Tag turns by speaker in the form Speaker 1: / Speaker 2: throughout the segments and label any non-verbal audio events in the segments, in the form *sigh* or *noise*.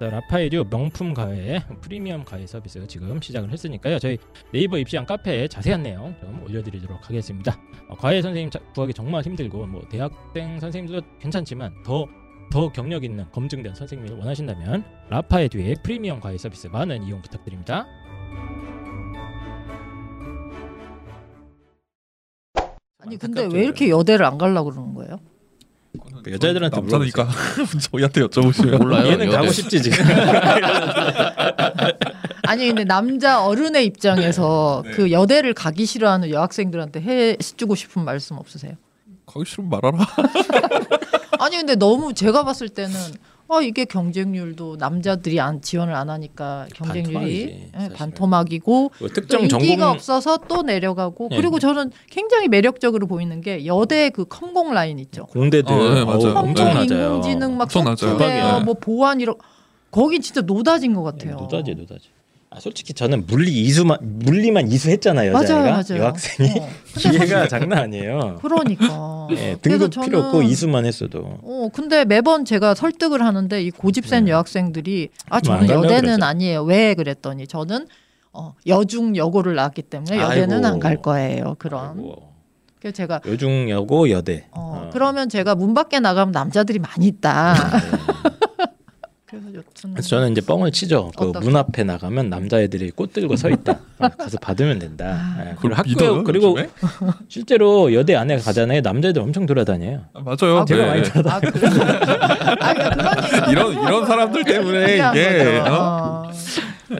Speaker 1: 자, 라파에듀 명품 가외 프리미엄 가외 서비스 지금 시작을 했으니까요. 저희 네이버 입시한 카페에 자세한 내용 좀 올려드리도록 하겠습니다. 어, 과외 선생님 자- 구하기 정말 힘들고 뭐 대학생 선생님들도 괜찮지만 더 더 경력 있는 검증된 선생님을 원하신다면 라파에듀의 프리미엄 과외 서비스 많은 이용 부탁드립니다.
Speaker 2: 아니 근데
Speaker 1: 안타깝죠,
Speaker 2: 왜 이렇게 여대를 안 가려고 그러는 거예요?
Speaker 1: 그러니까 여자애들한테
Speaker 3: 남자니까 *laughs* 저희한테 여쭤보시면
Speaker 4: 몰라요.
Speaker 1: 얘는 가고 싶지 지금.
Speaker 2: 아니 근데 남자 어른의 입장에서
Speaker 3: 네.
Speaker 2: 그 여대를 가기 싫어하는 여학생들한테 해주고 싶은 말씀 없으세요?
Speaker 3: 가기 싫으면 말하라.
Speaker 2: 아니 근데 너무 제가 봤을 때는 아 이게 경쟁률도 남자들이 안 지원을 안 하니까 경쟁률이
Speaker 4: 반토막이지,
Speaker 2: 예,
Speaker 4: 사실은.
Speaker 2: 반토막이고
Speaker 4: 뭐
Speaker 2: 또
Speaker 4: 특정
Speaker 2: 인기가
Speaker 4: 전공
Speaker 2: 없어서 또 내려가고
Speaker 1: 네.
Speaker 2: 그리고 저는 굉장히 매력적으로 보이는 게 여대의 그 컴공 라인 있죠.
Speaker 1: 공대들
Speaker 3: 어, 네, 맞아요.
Speaker 1: 어우,
Speaker 2: 컴공
Speaker 1: 그 엄청 낮아요.
Speaker 2: 인공지능 막
Speaker 3: 엄청 낮아요.
Speaker 2: 소프트웨어
Speaker 1: 대박이야.
Speaker 2: 뭐 보안 이런 거긴 진짜 노다진 것 같아요.
Speaker 1: 네, 노다지 노다지. 아 솔직히 저는 물리 이수만 물리만 이수했잖아요. 여자애가
Speaker 2: 맞아요, 맞아요.
Speaker 1: *laughs* 여학생이
Speaker 2: 어. 근데
Speaker 1: 기회가 장난 아니에요.
Speaker 2: 그러니까.
Speaker 1: *laughs* 예,
Speaker 2: 그래서
Speaker 1: 등급 필요 없고
Speaker 2: 저는-
Speaker 1: 이수만 했어도
Speaker 2: 어, 근데 매번 제가 설득을 하는데 이 고집센
Speaker 1: 네.
Speaker 2: 여학생들이
Speaker 1: 뭐
Speaker 2: 아
Speaker 1: 안
Speaker 2: 저는
Speaker 1: 가려고
Speaker 2: 여대는
Speaker 1: 그러죠?
Speaker 2: 아니에요. 왜 그랬더니 저는 어, 여중 여고를 나왔기 때문에 여대는
Speaker 1: 아이고.
Speaker 2: 안 갈 거예요. 그런.
Speaker 1: 아이고,
Speaker 2: 그래서 제가
Speaker 1: 뭐, 요중 여고 여대.
Speaker 2: 어,
Speaker 1: 어. 네.
Speaker 2: 그러면 제가 문 밖에 나가면 남자들이 많이 있다. 그래서 여튼
Speaker 1: 그래서 저는 이제 뻥을 치죠. 그
Speaker 2: 어떻게?
Speaker 1: 문 앞에 나가면 남자애들이 꽃 들고 서
Speaker 2: *laughs*
Speaker 1: 있다. 어, 가서 받으면 된다.
Speaker 2: 아.
Speaker 1: 예, 그리고 학교 그리고
Speaker 3: 요즘에?
Speaker 1: 실제로 여대 안에 가잖아요. 남자애들 엄청 돌아다녀요.
Speaker 3: 아, 맞아요.
Speaker 2: 아,
Speaker 3: 네.
Speaker 2: 제가 많이 아, 그래요?
Speaker 1: *laughs*
Speaker 2: 아, 그런 얘기가
Speaker 3: *laughs* 이런 이런 사람들
Speaker 1: 네.
Speaker 3: 때문에
Speaker 2: 필요한
Speaker 3: 이게
Speaker 2: 거죠.
Speaker 3: 어?
Speaker 2: 어.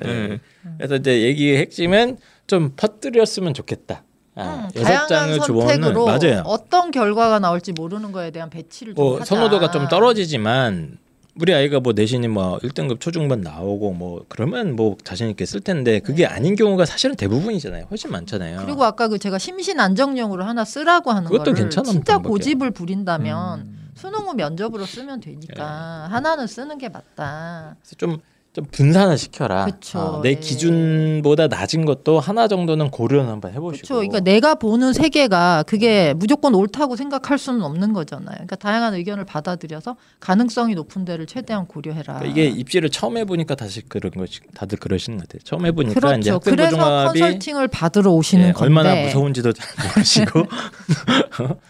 Speaker 3: 네.
Speaker 1: 예. 그래서 이제 얘기의 핵심은 좀 퍼뜨렸으면 좋겠다. 아,
Speaker 2: 음,
Speaker 1: 여섯 장의
Speaker 2: 다양한
Speaker 1: 조언은
Speaker 2: 선택으로
Speaker 1: 맞아요.
Speaker 2: 어떤 결과가 나올지 모르는 거에 대한 배치를 좀
Speaker 1: 뭐
Speaker 2: 하자.
Speaker 1: 선호도가 좀 떨어지지만 우리 아이가 뭐 내신이 뭐 1등급 초중반 나오고 뭐 그러면 뭐 자신 있게 쓸 텐데 그게 아닌 경우가 사실은 대부분이잖아요. 훨씬 많잖아요.
Speaker 2: 네. 그리고 아까 그 제가 심신 안정용으로 하나 쓰라고 하는
Speaker 1: 그것도 음.
Speaker 2: 거를
Speaker 1: 괜찮은
Speaker 2: 진짜
Speaker 1: 방법이에요.
Speaker 2: 고집을 부린다면 수능 후 면접으로 쓰면
Speaker 1: 예.
Speaker 2: 되니까 하나는 쓰는 게 맞다.
Speaker 1: 그래서 좀, 좀 분산을 시켜라.
Speaker 2: 그쵸,
Speaker 1: 어, 내
Speaker 2: 예.
Speaker 1: 기준보다 낮은 것도 하나 정도는 고려는 한번 해보시고.
Speaker 2: 그렇죠. 그러니까 내가 보는 세계가
Speaker 1: 음.
Speaker 2: 그게 무조건 옳다고 생각할 수는 없는 거잖아요. 그러니까 다양한 의견을 받아들여서 가능성이 높은 데를 최대한 고려해라.
Speaker 1: 그러니까 이게 입시를 처음 해보니까 다시 그런 것이 다들 그러시는 것 같아요. 처음 해보니까 이제
Speaker 2: 그렇죠.
Speaker 1: 학생부
Speaker 2: 그래서
Speaker 1: 종합이
Speaker 2: 컨설팅을 받으러 오시는
Speaker 1: 예,
Speaker 2: 건데
Speaker 1: 얼마나 무서운지도
Speaker 2: *laughs*
Speaker 1: 잘 모르시고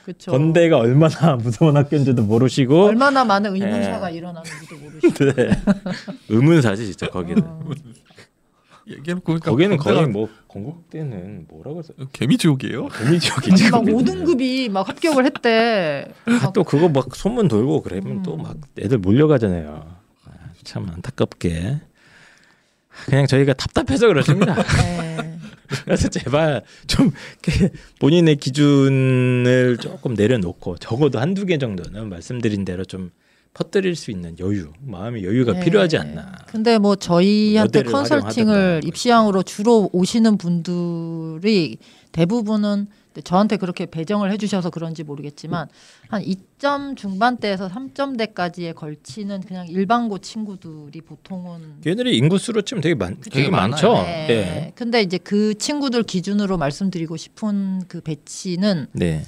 Speaker 2: 그렇죠.
Speaker 1: 건대가 얼마나 *laughs* 무서운 학교인지도 모르시고
Speaker 2: 얼마나 많은
Speaker 1: 예.
Speaker 2: 의문사가 일어나는지도 모르시고
Speaker 1: 네. 의문사지 진짜 거기는.
Speaker 2: 어.
Speaker 3: 그러니까 얘기해 보니까
Speaker 1: 거기는 거의
Speaker 3: 군대가 그
Speaker 1: 뭐 건국대는 뭐라고 해서
Speaker 3: 개미 지옥이에요.
Speaker 1: 개미 지역이지.
Speaker 2: 막
Speaker 1: *laughs* 거기는. 아,
Speaker 2: 5등급이 막 합격을 했대. 막
Speaker 1: 또 그거 막 소문 돌고 그러면
Speaker 2: 음.
Speaker 1: 또 막 애들 몰려가잖아요. 아, 참 안타깝게. 그냥 저희가 답답해서 그렇습니다.
Speaker 2: 네.
Speaker 1: 그래서 *laughs* 제발 좀 이렇게 본인의 기준을 조금 내려놓고 적어도 한두 개 정도는 말씀드린 대로 좀 퍼뜨릴 수 있는 여유, 마음의 여유가
Speaker 2: 네.
Speaker 1: 필요하지 않나.
Speaker 2: 근데 뭐 저희한테
Speaker 1: 모델을 활용하든가
Speaker 2: 컨설팅을
Speaker 1: 그런
Speaker 2: 입시왕으로 주로 오시는 분들이 대부분은 근데 저한테 그렇게 배정을 해주셔서 그런지 모르겠지만 한 2점 중반대에서 3점대까지에 걸치는 그냥 일반고 친구들이 보통은
Speaker 1: 걔네들이 인구수로 치면 되게 많 되게
Speaker 3: 되게
Speaker 1: 많죠.
Speaker 2: 네.
Speaker 1: 네.
Speaker 2: 근데 이제 그 친구들 기준으로 말씀드리고 싶은 그 배치는
Speaker 1: 네.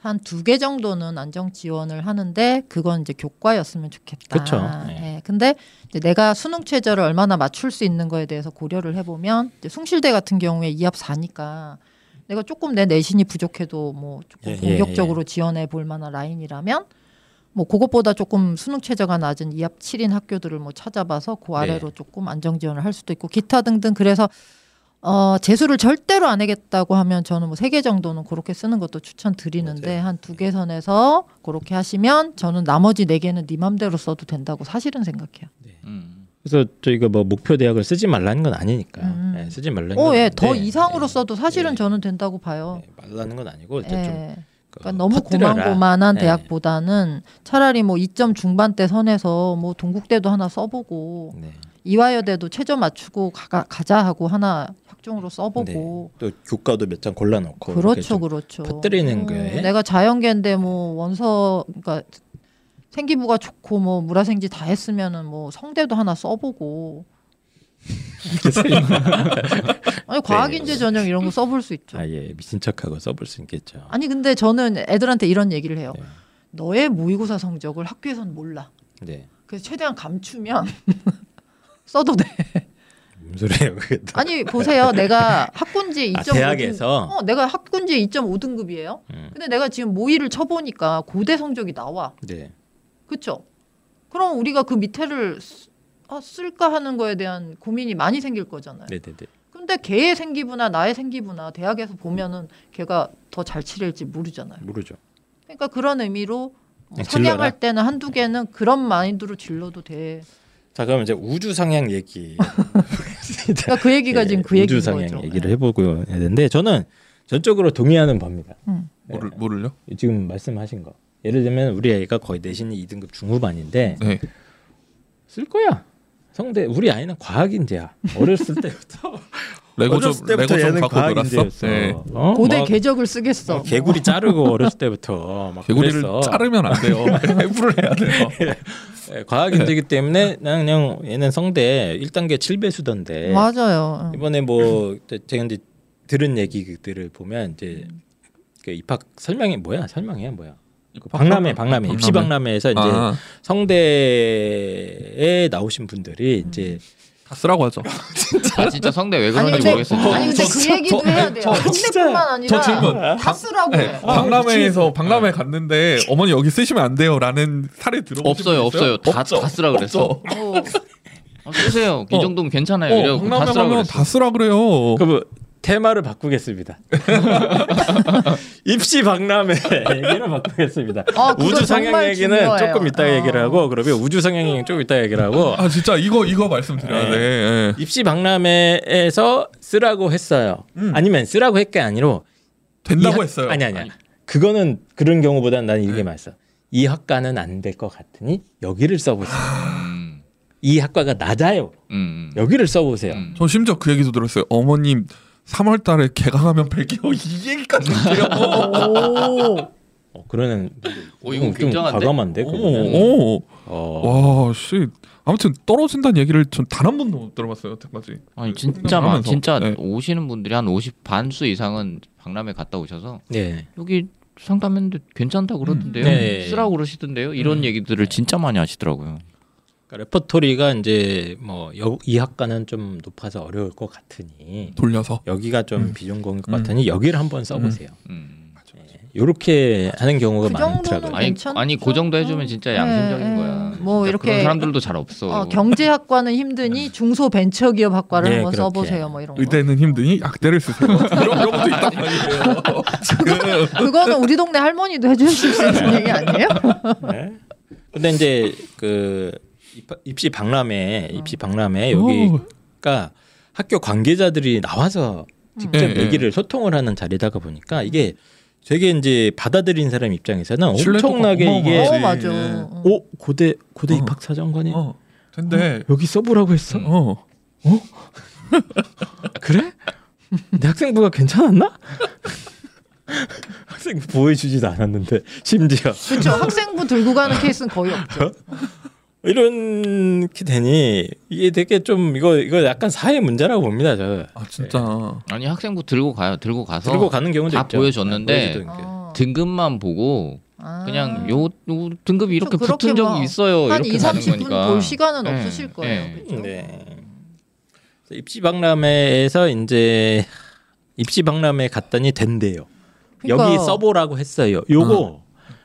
Speaker 2: 한 두 개 정도는 안정 지원을 하는데 그건 이제 교과였으면 좋겠다.
Speaker 1: 그쵸.
Speaker 2: 예.
Speaker 1: 네.
Speaker 2: 근데 이제 내가 수능 최저를 얼마나 맞출 수 있는 거에 대해서 고려를 해보면 이제 숭실대 같은 경우에 2합 4니까 내가 조금 내 내신이 부족해도 뭐 조금
Speaker 1: 예, 예,
Speaker 2: 본격적으로 지원해 볼 만한 라인이라면 뭐 그것보다 조금 수능 최저가 낮은 2합 7인 학교들을 뭐 찾아봐서 그 아래로
Speaker 1: 네.
Speaker 2: 조금 안정 지원을 할 수도 있고 기타 등등 그래서 어, 재수를 절대로 안 하겠다고 하면 저는 뭐 세 개 정도는 그렇게 쓰는 것도 추천드리는데 한 두 개 선에서 그렇게 하시면 저는 나머지 네 개는 네 맘대로 써도 된다고 사실은 생각해요.
Speaker 3: 음.
Speaker 1: 그래서 저희가 뭐 목표 대학을 쓰지 말라는 건 아니니까
Speaker 2: 음.
Speaker 1: 네, 쓰지 말라는
Speaker 2: 어,
Speaker 1: 건
Speaker 2: 예, 더
Speaker 1: 아닌데,
Speaker 2: 이상으로
Speaker 1: 예,
Speaker 2: 써도 사실은
Speaker 1: 예,
Speaker 2: 저는 된다고 봐요.
Speaker 1: 예, 말라는 건 아니고 이제 좀
Speaker 2: 예.
Speaker 1: 그
Speaker 2: 그러니까 너무
Speaker 1: 퍼뜨려라.
Speaker 2: 고만고만한
Speaker 1: 예.
Speaker 2: 대학보다는 차라리 뭐 2점 중반대 선에서 뭐 동국대도 하나 써보고
Speaker 1: 네.
Speaker 2: 이화여대도 최저 맞추고 가, 자 하고 하나 학종으로 써보고
Speaker 1: 또 교과도 몇 장 골라놓고 뭐 이렇게
Speaker 2: 그렇죠
Speaker 1: 좀
Speaker 2: 그렇죠
Speaker 1: 퍼뜨리는
Speaker 2: 어,
Speaker 1: 거에.
Speaker 2: 내가 자연계인데 뭐 원서 그러니까 생기부가 좋고 뭐 물화생지 다 했으면은 뭐 성대도 하나
Speaker 1: *laughs*
Speaker 2: 써보고 아니 과학인재 전형 이런 거 써볼 수 있죠
Speaker 1: 네. 아, 예, 미친 척하고 써볼 수 있겠죠.
Speaker 2: 그렇죠. 아니 근데 저는 애들한테 이런 얘기를 해요
Speaker 1: 네.
Speaker 2: 너의 모의고사 성적을 학교에선 몰라
Speaker 1: 네.
Speaker 2: 그래서 최대한 감추면 *laughs* 써도 돼
Speaker 1: 무슨 소리예요, 그게 또.
Speaker 2: 아니 보세요 내가 학군지
Speaker 1: 아,
Speaker 2: 2.5등
Speaker 1: 대학에서
Speaker 2: 어 내가 학군지 2.5등급이에요
Speaker 1: 음.
Speaker 2: 근데 내가 지금 모의를 쳐보니까 고대 성적이 나와
Speaker 1: 네.
Speaker 2: 그렇죠. 그럼 우리가 그 밑에를 쓰- 아, 쓸까 하는 거에 대한 고민이 많이 생길 거잖아요.
Speaker 1: 네, 네, 네.
Speaker 2: 근데 걔의 생기부나 나의 생기부나 대학에서 보면은 걔가 더 잘 치릴지 모르잖아요.
Speaker 1: 모르죠.
Speaker 2: 그러니까 그런 의미로 뭐
Speaker 1: 그냥
Speaker 2: 상향할
Speaker 1: 질러라.
Speaker 2: 때는 한두 개는 그런 마인드로 질러도 돼.
Speaker 1: 자, 그럼 이제 우주 상향
Speaker 2: *laughs*
Speaker 1: 얘기.
Speaker 2: 그러니까 그 얘기가
Speaker 1: 예,
Speaker 2: 지금 그 얘기인
Speaker 1: 우주 상향
Speaker 2: 거죠.
Speaker 1: 얘기를 해보고 해야 되는데 저는 전적으로 동의하는 겁니다. 네.
Speaker 3: 모를 모를요?
Speaker 1: 지금 말씀하신 거. 예를 들면 우리 아이가 거의 내신이 2등급 중후반인데
Speaker 3: 네.
Speaker 1: 쓸 거야. 성대 우리 아이는 과학인재야. 어렸을 때부터
Speaker 3: 레고
Speaker 1: 어렸을
Speaker 3: 좀 레고
Speaker 1: 때부터
Speaker 3: 좀
Speaker 1: 얘는
Speaker 3: 갖고 놀았어.
Speaker 1: 과학인재였어.
Speaker 3: 네.
Speaker 1: 어?
Speaker 2: *laughs* 고대
Speaker 1: 막
Speaker 2: 궤적을 쓰겠어.
Speaker 1: 막 개구리 자르고 어렸을 때부터 막
Speaker 3: 개구리를
Speaker 1: 그랬어.
Speaker 3: 자르면
Speaker 1: *laughs*
Speaker 3: 안 돼요. *laughs* 해부를 해야 돼요.
Speaker 1: 예, 과학인재이기 때문에 나는 그냥 얘는 성대 1단계 7배수던데
Speaker 2: 맞아요. 응.
Speaker 1: 이번에 뭐 제가 이제 들은 얘기들을 보면 이제
Speaker 2: 음.
Speaker 1: 그 입학 설명이 뭐야? 설명이야 뭐야? 그 박람회 박람회 입시 박람회에서 이제
Speaker 3: 아,
Speaker 1: 성대에 나오신
Speaker 2: 음.
Speaker 1: 분들이 이제
Speaker 3: 다 쓰라고 하죠.
Speaker 5: 아 진짜 성대 왜
Speaker 2: 네? 아니 근데
Speaker 5: 그런지 모르겠어요.
Speaker 2: 아니 근데
Speaker 1: 저-
Speaker 2: 그 얘기도
Speaker 1: 저-
Speaker 2: 해야 돼요.
Speaker 1: 저-
Speaker 2: 한 대뿐만 아니라
Speaker 3: 저 질문.
Speaker 2: 다 쓰라고
Speaker 3: 네,
Speaker 1: 아,
Speaker 2: 해요.
Speaker 3: 박람회에서 박람회 갔는데 어머니 여기 쓰시면 안 돼요라는 사례 들어본 적
Speaker 5: 없어요,
Speaker 3: 있어요?
Speaker 5: 없어요. 다, 다 쓰라 그랬어.
Speaker 3: 없죠.
Speaker 2: 어,
Speaker 5: 아, 쓰세요. 이 정도면 괜찮아요.
Speaker 3: 어,
Speaker 5: 이러고 다
Speaker 3: 박람회
Speaker 5: 쓰라
Speaker 3: 가면
Speaker 5: 그랬어.
Speaker 3: 다 쓰라 그래요.
Speaker 1: 그뭐 테마를 바꾸겠습니다. *laughs* 입시 박람회 얘기를 바꾸겠습니다.
Speaker 2: 아, 그거
Speaker 1: 우주 상향
Speaker 2: 정말
Speaker 1: 얘기는
Speaker 2: 중요해요.
Speaker 1: 조금 이따
Speaker 2: 어.
Speaker 1: 얘기를 하고 그러면 우주 상향 얘기는 조금 이따 얘기를 하고
Speaker 3: 아 진짜 이거 이거 말씀드려야
Speaker 1: 네.
Speaker 3: 돼. 예.
Speaker 1: 입시 박람회에서 쓰라고 했어요.
Speaker 3: 음.
Speaker 1: 아니면 쓰라고 했게 아니로 이
Speaker 3: 된다고
Speaker 1: 학-
Speaker 3: 했어요.
Speaker 1: 아니 네. 아니야. 그거는 그런 경우보단 난 이게 맞어. 이 학과는 안 될 것 같으니 여기를 써보세요.
Speaker 5: 음,
Speaker 1: 이 학과가 낮아요.
Speaker 5: 음,
Speaker 1: 여기를 써보세요.
Speaker 5: 음.
Speaker 3: 저 심지어 그 얘기도 들었어요. 어머님 3월달에 개강하면 100개월 이 얘기까지 들려요.
Speaker 5: *laughs*
Speaker 2: 오.
Speaker 1: 어, 그러는
Speaker 5: 오, 이거
Speaker 1: 좀
Speaker 5: 굉장한데?
Speaker 1: 과감한데 그거는.
Speaker 3: 오, 오.
Speaker 1: 어.
Speaker 3: 어, 와, 씨. 아무튼 떨어진다는 얘기를 전 단 한 번도 못 들어봤어요, 여태까지.
Speaker 5: 아니
Speaker 3: 그
Speaker 5: 진짜 막
Speaker 3: 하면서.
Speaker 5: 진짜
Speaker 3: 네.
Speaker 5: 오시는 분들이 한 50 반수 이상은 박람회 갔다 오셔서
Speaker 1: 네.
Speaker 5: 여기 상담했는데 괜찮다 그러던데요.
Speaker 1: 네.
Speaker 5: 쓰라고 그러시던데요. 이런 얘기들을 진짜 많이 하시더라고요.
Speaker 1: 그러니까 레퍼토리가 이제 뭐 이 학과는 좀 높아서 어려울 것 같으니
Speaker 3: 돌려서.
Speaker 1: 여기가 좀
Speaker 3: 음.
Speaker 1: 비전공일 것
Speaker 3: 음.
Speaker 1: 같으니 여기를 한번 써보세요.
Speaker 5: 음.
Speaker 1: 이렇게 하는 경우가
Speaker 2: 그
Speaker 1: 많더라고요.
Speaker 2: 정도는
Speaker 5: 아니
Speaker 2: 괜찮죠?
Speaker 5: 아니 그 정도 해주면 진짜 양심적인
Speaker 2: 예, 예.
Speaker 5: 거야.
Speaker 2: 뭐
Speaker 5: 진짜
Speaker 2: 이렇게
Speaker 5: 그런 사람들도 잘 없어.
Speaker 2: 어, 네. 경제학과는 힘드니 중소벤처기업 학과를
Speaker 1: 네,
Speaker 2: 한번
Speaker 1: 그렇게.
Speaker 2: 써보세요. 뭐 이런 거.
Speaker 3: 의대는 힘드니 약대를 쓰세요. 이런 이런 것도
Speaker 5: *laughs*
Speaker 3: 있단 말이에요. 지금.
Speaker 2: *laughs* 그거는 우리 동네 할머니도 해주실 수 있는 얘기 *laughs* 아니에요?
Speaker 1: 네. 근데 이제 그 입- 입시 박람회, 입시 박람회 여기가 학교 관계자들이 나와서 직접
Speaker 3: 음. 예, 예.
Speaker 1: 얘기를 소통을 하는 자리다가 보니까 이게 되게 이제 받아들인 사람 입장에서는
Speaker 3: 신뢰도가
Speaker 1: 엄청나게 이게
Speaker 3: 어마어마하지.
Speaker 2: 어
Speaker 3: 네.
Speaker 2: 맞아.
Speaker 3: 네.
Speaker 2: 어.
Speaker 1: 오 고대 고대
Speaker 3: 어.
Speaker 1: 입학 사정관이
Speaker 3: 어. 근데
Speaker 1: 여기 써보라고 했어.
Speaker 5: 음.
Speaker 3: 어.
Speaker 1: *laughs* 그래? 내 학생부가 괜찮았나? *laughs* 학생 보여주지도 않았는데 심지어
Speaker 2: 그렇죠. 학생부 들고 가는 케이스는 거의 없죠.
Speaker 1: 이렇게 되니 이게 되게 좀 이거 이거 약간 사회 문제라고 봅니다. 저
Speaker 3: 아 진짜
Speaker 5: 아니 학생부 들고 가요. 들고 가서
Speaker 1: 들고 가는 경우도
Speaker 5: 다
Speaker 1: 있죠. 네,
Speaker 5: 보여줬는데
Speaker 1: 보여주던 게.
Speaker 2: 어.
Speaker 5: 등급만 보고
Speaker 2: 아.
Speaker 5: 그냥 요, 요 등급이 이렇게
Speaker 2: 그렇게
Speaker 5: 붙은
Speaker 2: 뭐
Speaker 5: 적이 있어요.
Speaker 2: 한 2,
Speaker 5: 이렇게 가는
Speaker 2: 30분
Speaker 5: 거니까.
Speaker 2: 볼 시간은
Speaker 5: 네,
Speaker 2: 없으실 거예요.
Speaker 5: 네.
Speaker 2: 그렇죠?
Speaker 1: 네. 그래서 입시박람회에서 이제 입시박람회 갔더니 된대요.
Speaker 2: 그러니까,
Speaker 1: 여기 써보라고 했어요. 요거
Speaker 5: 음.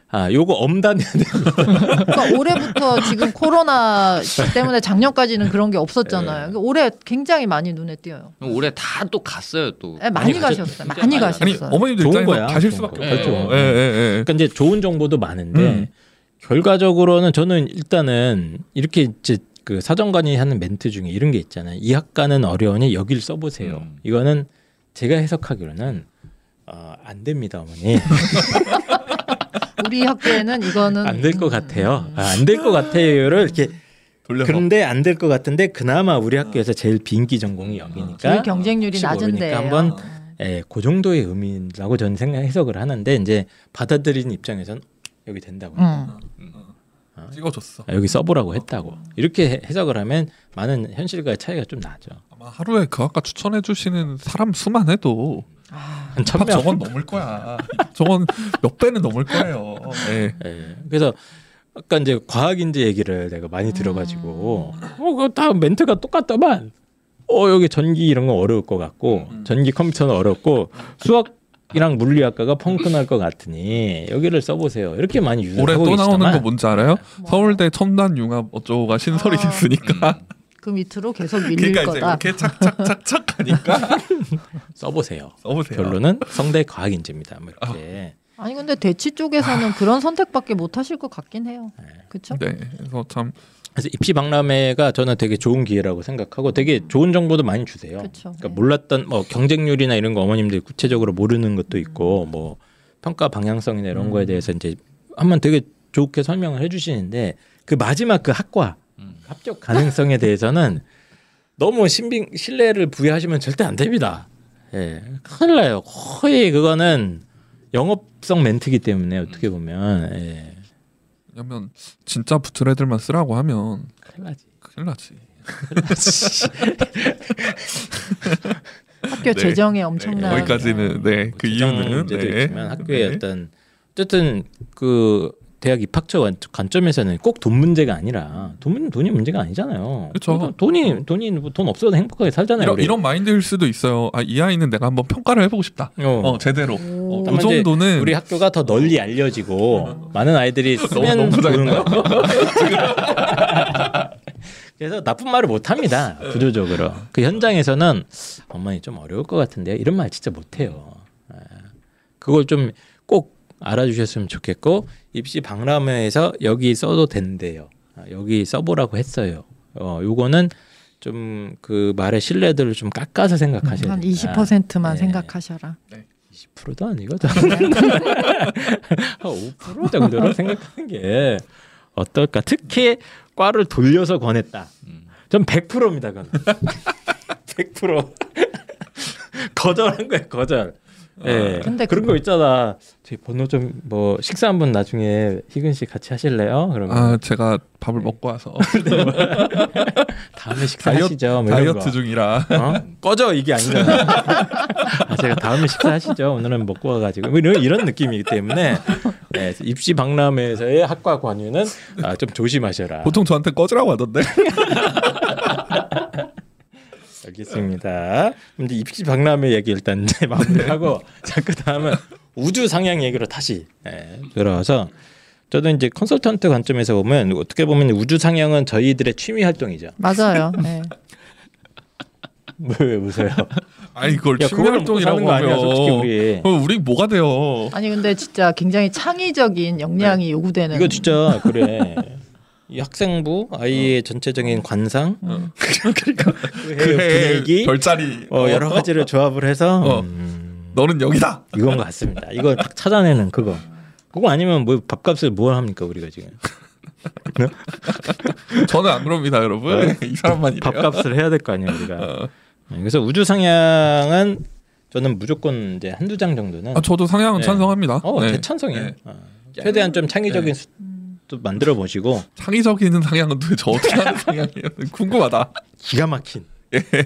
Speaker 1: 아 요거 엄단해야 돼.
Speaker 2: 그러니까 올해부터 지금 코로나 때문에 작년까지는 그런 게
Speaker 1: 예.
Speaker 2: 없었잖아요. 그러니까 올해 굉장히 많이 눈에 띄어요.
Speaker 5: 올해 다 또 갔어요 또.
Speaker 2: 예, 많이 가셨어요. 많이
Speaker 3: 아니
Speaker 2: 가셨어요.
Speaker 3: 어머님들
Speaker 1: 좋은
Speaker 3: 입장에서
Speaker 1: 거야. 어.
Speaker 3: 가실
Speaker 1: 좋은
Speaker 3: 수밖에
Speaker 5: 거.
Speaker 3: 없죠. 예,
Speaker 5: 예,
Speaker 3: 예, 예.
Speaker 1: 그러니까 이제 좋은 정보도 많은데
Speaker 3: 음.
Speaker 1: 결과적으로는 저는 일단은 이렇게 이제 그 사정관이 하는 멘트 중에 이런 게 있잖아요. 이 학과는 어려우니 여길 써보세요.
Speaker 5: 음.
Speaker 1: 이거는 제가 해석하기로는 어, 안 됩니다, 어머니.
Speaker 2: 우리 학교에는 이거는
Speaker 1: 안 될 것 같아요.
Speaker 2: 음.
Speaker 1: 아, 안 될 것 같아요를 이렇게
Speaker 3: 돌려서 아.
Speaker 1: 그런데 안 될 것 같은데 그나마 우리 학교에서 제일 빈기 전공이
Speaker 2: 제일
Speaker 1: 여기니까
Speaker 2: 음. 경쟁률이
Speaker 1: 혹시
Speaker 2: 낮은데
Speaker 1: 모르니까 한번 예, 그 정도의 의미라고 저는 생각 해석을 하는데 이제 받아들인 입장에선 여기 된다고
Speaker 2: 음.
Speaker 3: 찍어줬어.
Speaker 1: 아, 여기 써보라고 했다고 이렇게 해- 해석을 하면 많은 현실과의 차이가 좀 나죠.
Speaker 3: 아마 하루에 그 아까 추천해 주시는 사람 수만 해도
Speaker 2: 아,
Speaker 1: 한
Speaker 3: 팝
Speaker 1: 천명.
Speaker 3: 저건 뭐. 넘을 거야. *laughs* 저건 몇 배는 넘을 거예요. 예.
Speaker 1: 예. 그래서 아까 이제 과학인지 얘기를 내가 많이 들어가지고 어 그거 다 멘트가 똑같다만 어 여기 전기 이런 건 어려울 것 같고 전기 컴퓨터는 어렵고 수학이랑 물리학과가 펑크날 것 같으니 여기를 써보세요. 이렇게 많이
Speaker 3: 올해
Speaker 1: 네. 유도하고 네.
Speaker 3: 또 나오는 거
Speaker 1: 있지만
Speaker 3: 뭔지 알아요?
Speaker 2: 뭐.
Speaker 3: 서울대 첨단 융합 어쩌고가 신설이
Speaker 2: 아.
Speaker 3: 됐으니까.
Speaker 2: 그 밑으로 계속 밀릴
Speaker 3: 그러니까 이제
Speaker 2: 거다.
Speaker 1: *laughs*
Speaker 3: 이렇게 착착착착 하니까
Speaker 1: 써보세요.
Speaker 3: 써보세요.
Speaker 1: 결론은 성대 과학인지입니다. 뭐 이렇게
Speaker 2: 아니 근데 대치 쪽에서는
Speaker 1: 아.
Speaker 2: 그런 선택밖에 못 하실 것 같긴 해요. 그렇죠?
Speaker 3: 네. 그래서 참
Speaker 1: 그래서 입시 박람회가 저는 되게 좋은 기회라고 생각하고 되게 좋은 정보도 많이 주세요.
Speaker 2: 음. 그쵸,
Speaker 1: 그러니까
Speaker 2: 네.
Speaker 1: 몰랐던 뭐 경쟁률이나 이런 거 어머님들이 구체적으로 모르는
Speaker 2: 음.
Speaker 1: 것도 있고 뭐 평가 방향성이나 이런 거에 대해서 이제 한번 되게 좋게 설명을 해주시는데 그 마지막 그 학과
Speaker 5: 음.
Speaker 1: 합격 가능성에 대해서는 너무 신빙 신뢰를 부여하시면 절대 안 됩니다. 예, 큰일 나요. 거의 그거는 영업성 멘트기 때문에
Speaker 2: 음.
Speaker 1: 어떻게 보면 예,
Speaker 3: 왜냐면 진짜 붙을 애들만 쓰라고 하면
Speaker 1: 큰일 나지.
Speaker 3: 큰일 나지.
Speaker 2: 학교
Speaker 3: 네.
Speaker 2: 재정에 엄청난
Speaker 3: 거기까지는 네. 그
Speaker 1: 재정
Speaker 3: 이유는
Speaker 1: 문제도
Speaker 3: 네.
Speaker 1: 있지만 학교의
Speaker 3: 네.
Speaker 1: 어떤 어쨌든 그 대학 입학처 관- 관점에서는 꼭 돈 문제가 아니라 돈 돈이 문제가 아니잖아요.
Speaker 3: 그쵸.
Speaker 1: 그러니까 돈이 돈이 뭐돈 없어도 행복하게 살잖아요.
Speaker 3: 이런,
Speaker 1: 네, 우리.
Speaker 3: 이런 마인드일 수도 있어요. 아, 이 아이는 내가 한번 평가를 해보고 싶다.
Speaker 1: 어.
Speaker 3: 어, 제대로.
Speaker 2: 오.
Speaker 3: 어, 그
Speaker 1: 다만 이제
Speaker 3: 정도는
Speaker 1: 우리 학교가 더 널리
Speaker 3: *laughs*
Speaker 1: 알려지고 많은 아이들이 쓰면
Speaker 3: 너무
Speaker 1: 좋은 거.
Speaker 3: *laughs*
Speaker 1: 그래서 나쁜 말을 못 합니다.
Speaker 3: 네.
Speaker 1: 구조적으로 그 현장에서는 어머니 좀 어려울 것 같은데요. 이런 말 진짜 못 해요. 네. 그걸 좀 꼭 알아주셨으면 좋겠고 입시 박람회에서 여기 써도 된대요. 아, 여기 써보라고 했어요. 어, 요거는 좀 그 말의 신뢰들을 좀 깎아서 생각하셔야
Speaker 2: 음, 한
Speaker 1: 된다.
Speaker 2: 20%만
Speaker 1: 네.
Speaker 2: 생각하셔라.
Speaker 1: 10%도 아니고 저는 한5% 정도로 생각하는 게 어떨까? 특히 과를 돌려서 권했다.
Speaker 5: 음.
Speaker 1: 전 100%입니다. *laughs* 그건 100% 거절한 거예요. 거절. 예.
Speaker 2: 근데
Speaker 1: 그런 거 있잖아. 저희 번호 좀 뭐 식사 한번 나중에 희근 씨 같이 하실래요? 그러면
Speaker 3: 아, 제가
Speaker 1: 네.
Speaker 3: 밥을
Speaker 1: *laughs*
Speaker 3: 먹고 와서
Speaker 1: 다음에 식사
Speaker 3: 다이어트,
Speaker 1: 하시죠. 뭐 이런
Speaker 3: 다이어트
Speaker 1: 거.
Speaker 3: 중이라. *laughs*
Speaker 1: 어? 꺼져 이게 *laughs* 아니잖아. 아, 제가 다음에 식사하시죠. 오늘은 먹고 와가지고 뭐 이런 이런 느낌이기 때문에 네, 입시 박람회에서의 학과 관유는 아, 좀 조심하셔라.
Speaker 3: 보통 저한테 꺼지라고 하던데. *laughs*
Speaker 1: 알겠습니다. 근데 입시 박람회 얘기 일단 이제 *laughs* 마무리하고 자그 다음은 우주 상향 얘기로 다시 네, 들어와서 저도 이제 컨설턴트 관점에서 보면 어떻게 보면 우주 상향은 저희들의 취미 활동이죠. *laughs*
Speaker 2: 맞아요. 네.
Speaker 1: 왜 웃어요?
Speaker 3: 아니 그걸
Speaker 1: 야,
Speaker 3: 취미
Speaker 1: 그거는 먹고 사는
Speaker 3: 활동이라고
Speaker 1: 거 아니야,
Speaker 3: 하면
Speaker 1: 솔직히 우리.
Speaker 3: 어, 우리 뭐가 돼요?
Speaker 2: 아니 근데 진짜 굉장히 창의적인 역량이 요구되는
Speaker 1: 네. 이거 진짜 그래. *laughs* 어. 이 학생부 아이의 전체적인 관상 그리고 그
Speaker 3: 그해
Speaker 1: 분위기
Speaker 3: 별자리
Speaker 1: 어, 여러 가지를 조합을 해서
Speaker 3: 어.
Speaker 1: 음,
Speaker 3: 너는 여기다.
Speaker 1: 이건 것 같습니다. 이걸 딱 찾아내는 그거. 그거 아니면 뭐 밥값을 뭘 합니까 우리가 *laughs* 지금
Speaker 3: 저는 안 그럽니다,
Speaker 1: 네.
Speaker 3: *laughs* 여러분. 이 사람만 이래요.
Speaker 1: 어. 밥값을 해야 될 거 아니에요 우리가. 그래서 우주 상향은 저는 무조건 이제 한두 장 정도는
Speaker 3: 아, 저도 상향은
Speaker 1: 네.
Speaker 3: 찬성합니다.
Speaker 1: 어
Speaker 3: 네.
Speaker 1: 대찬성이에요.
Speaker 3: 네.
Speaker 1: 어, 최대한 좀 창의적인 수도 만들어 보시고
Speaker 3: 창의적인 상향은 도대체
Speaker 1: *laughs*
Speaker 3: 어떻게 하는 상향이에요? 궁금하다.
Speaker 1: 기가 막힌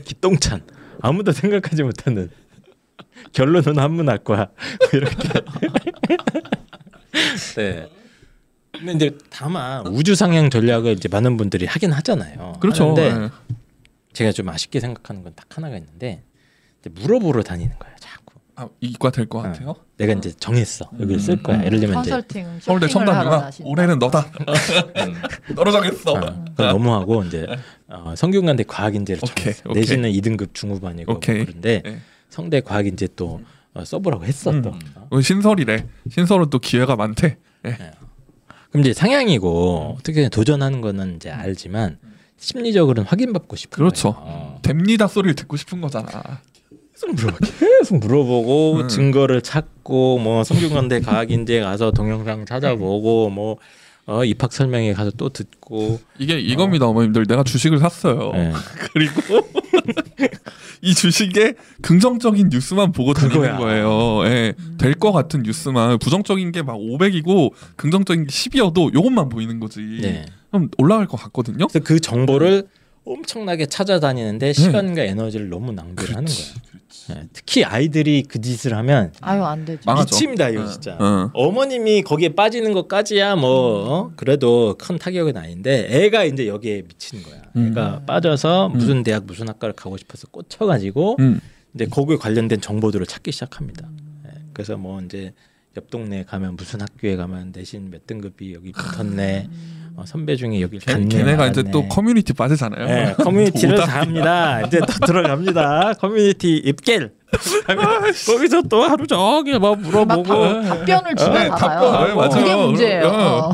Speaker 1: 기똥찬 아무도 생각하지 못하는 결론은 한문학과 뭐 이렇게 *laughs* 네 근데 이제 다만 우주 상향 전략을 이제 많은 분들이 하긴 하잖아요
Speaker 3: 그렇죠.
Speaker 1: 하는데
Speaker 3: 네.
Speaker 1: 제가 좀 아쉽게 생각하는 건 딱 하나가 있는데 이제 물어보러 다니는 거야 자꾸
Speaker 3: 아, 이과 될
Speaker 1: 네.
Speaker 3: 것 같아요.
Speaker 1: 내가 이제 정했어 여기를 쓸 거야 예를 들면 이제
Speaker 2: 컨설팅
Speaker 3: 서울대
Speaker 2: 쇼핑을 하러
Speaker 3: 첨단누나
Speaker 2: 가신다.
Speaker 3: 올해는 너다. *laughs* 너로 정했어.
Speaker 1: 어, 그건 너무하고 이제 어, 성균관대 과학인재를
Speaker 3: 오케이,
Speaker 1: 정했어
Speaker 3: 오케이.
Speaker 1: 내신은 2등급 중후반이고 뭐
Speaker 3: 오케이.
Speaker 1: 그런데
Speaker 3: 네.
Speaker 1: 성대 과학인재 또 어, 써보라고 했어 또 어?
Speaker 3: 오늘 신설이래. 신설은 또 기회가 많대.
Speaker 1: 그럼 이제 상향이고 어떻게 도전하는 거는 이제 알지만 심리적으로는 확인받고 싶은
Speaker 3: 그렇죠.
Speaker 1: 거예요. 어.
Speaker 3: 됩니다 소리를 듣고 싶은 거잖아.
Speaker 1: 계속 물어봐. *laughs* 계속 물어보고
Speaker 3: 음.
Speaker 1: 증거를 찾고 뭐 성균관대 과학인재 가서 동영상 찾아보고 뭐 어, 입학 설명회 가서 또 듣고
Speaker 3: 이게 이겁니다, 어. 머님들 내가 주식을 샀어요.
Speaker 1: 예.
Speaker 3: 그리고 이 주식에 긍정적인 뉴스만 보고
Speaker 1: 그거야.
Speaker 3: 다니는 거예요. 예. 될 것 같은 뉴스만 부정적인 게 막 500이고 긍정적인 게 10이어도 요것만 보이는 거지.
Speaker 1: 네.
Speaker 3: 그럼 올라갈 것 같거든요.
Speaker 1: 그래서 그 정보를 엄청나게
Speaker 3: 음.
Speaker 1: 찾아다니는데 시간과 에너지를 너무 낭비를 하는 거야. 예. 특히 아이들이 그 짓을 하면
Speaker 2: 아유 안 되죠.
Speaker 3: 막- 망하죠.
Speaker 1: 미칩니다
Speaker 3: 어.
Speaker 1: 이거 진짜.
Speaker 3: 어.
Speaker 1: 어머님이 거기에 빠지는 것까지야 뭐 어? 그래도 큰 타격은 아닌데 애가 이제 여기에 미치는 거야.
Speaker 3: 음.
Speaker 1: 애가 빠져서 무슨 대학 무슨 학과를 가고 싶어서 꽂혀가지고
Speaker 3: 음.
Speaker 1: 이제 거기에 관련된 정보들을 찾기 시작합니다. 예, 그래서 뭐 이제 옆 동네 가면 무슨 학교에 가면 내신 몇 등급이 여기 붙었네. 어, 선배 중에 여기
Speaker 3: 아. 걔,
Speaker 1: 갔네.
Speaker 3: 걔네가 이제
Speaker 1: 말았네.
Speaker 3: 또 커뮤니티 빠지잖아요. *laughs*
Speaker 1: 예, 커뮤니티를
Speaker 3: 오답이야.
Speaker 1: 다 합니다. 이제 또 들어갑니다. 커뮤니티
Speaker 3: *laughs*
Speaker 1: 입길. 거기서 또 하루 종일 뭐
Speaker 2: 막
Speaker 1: 물어보고
Speaker 2: 답, 답변을 주면
Speaker 3: 네,
Speaker 2: 봐요.
Speaker 3: 답변을, 맞아요.
Speaker 2: 그게 문제예요.
Speaker 3: 어.
Speaker 2: 어.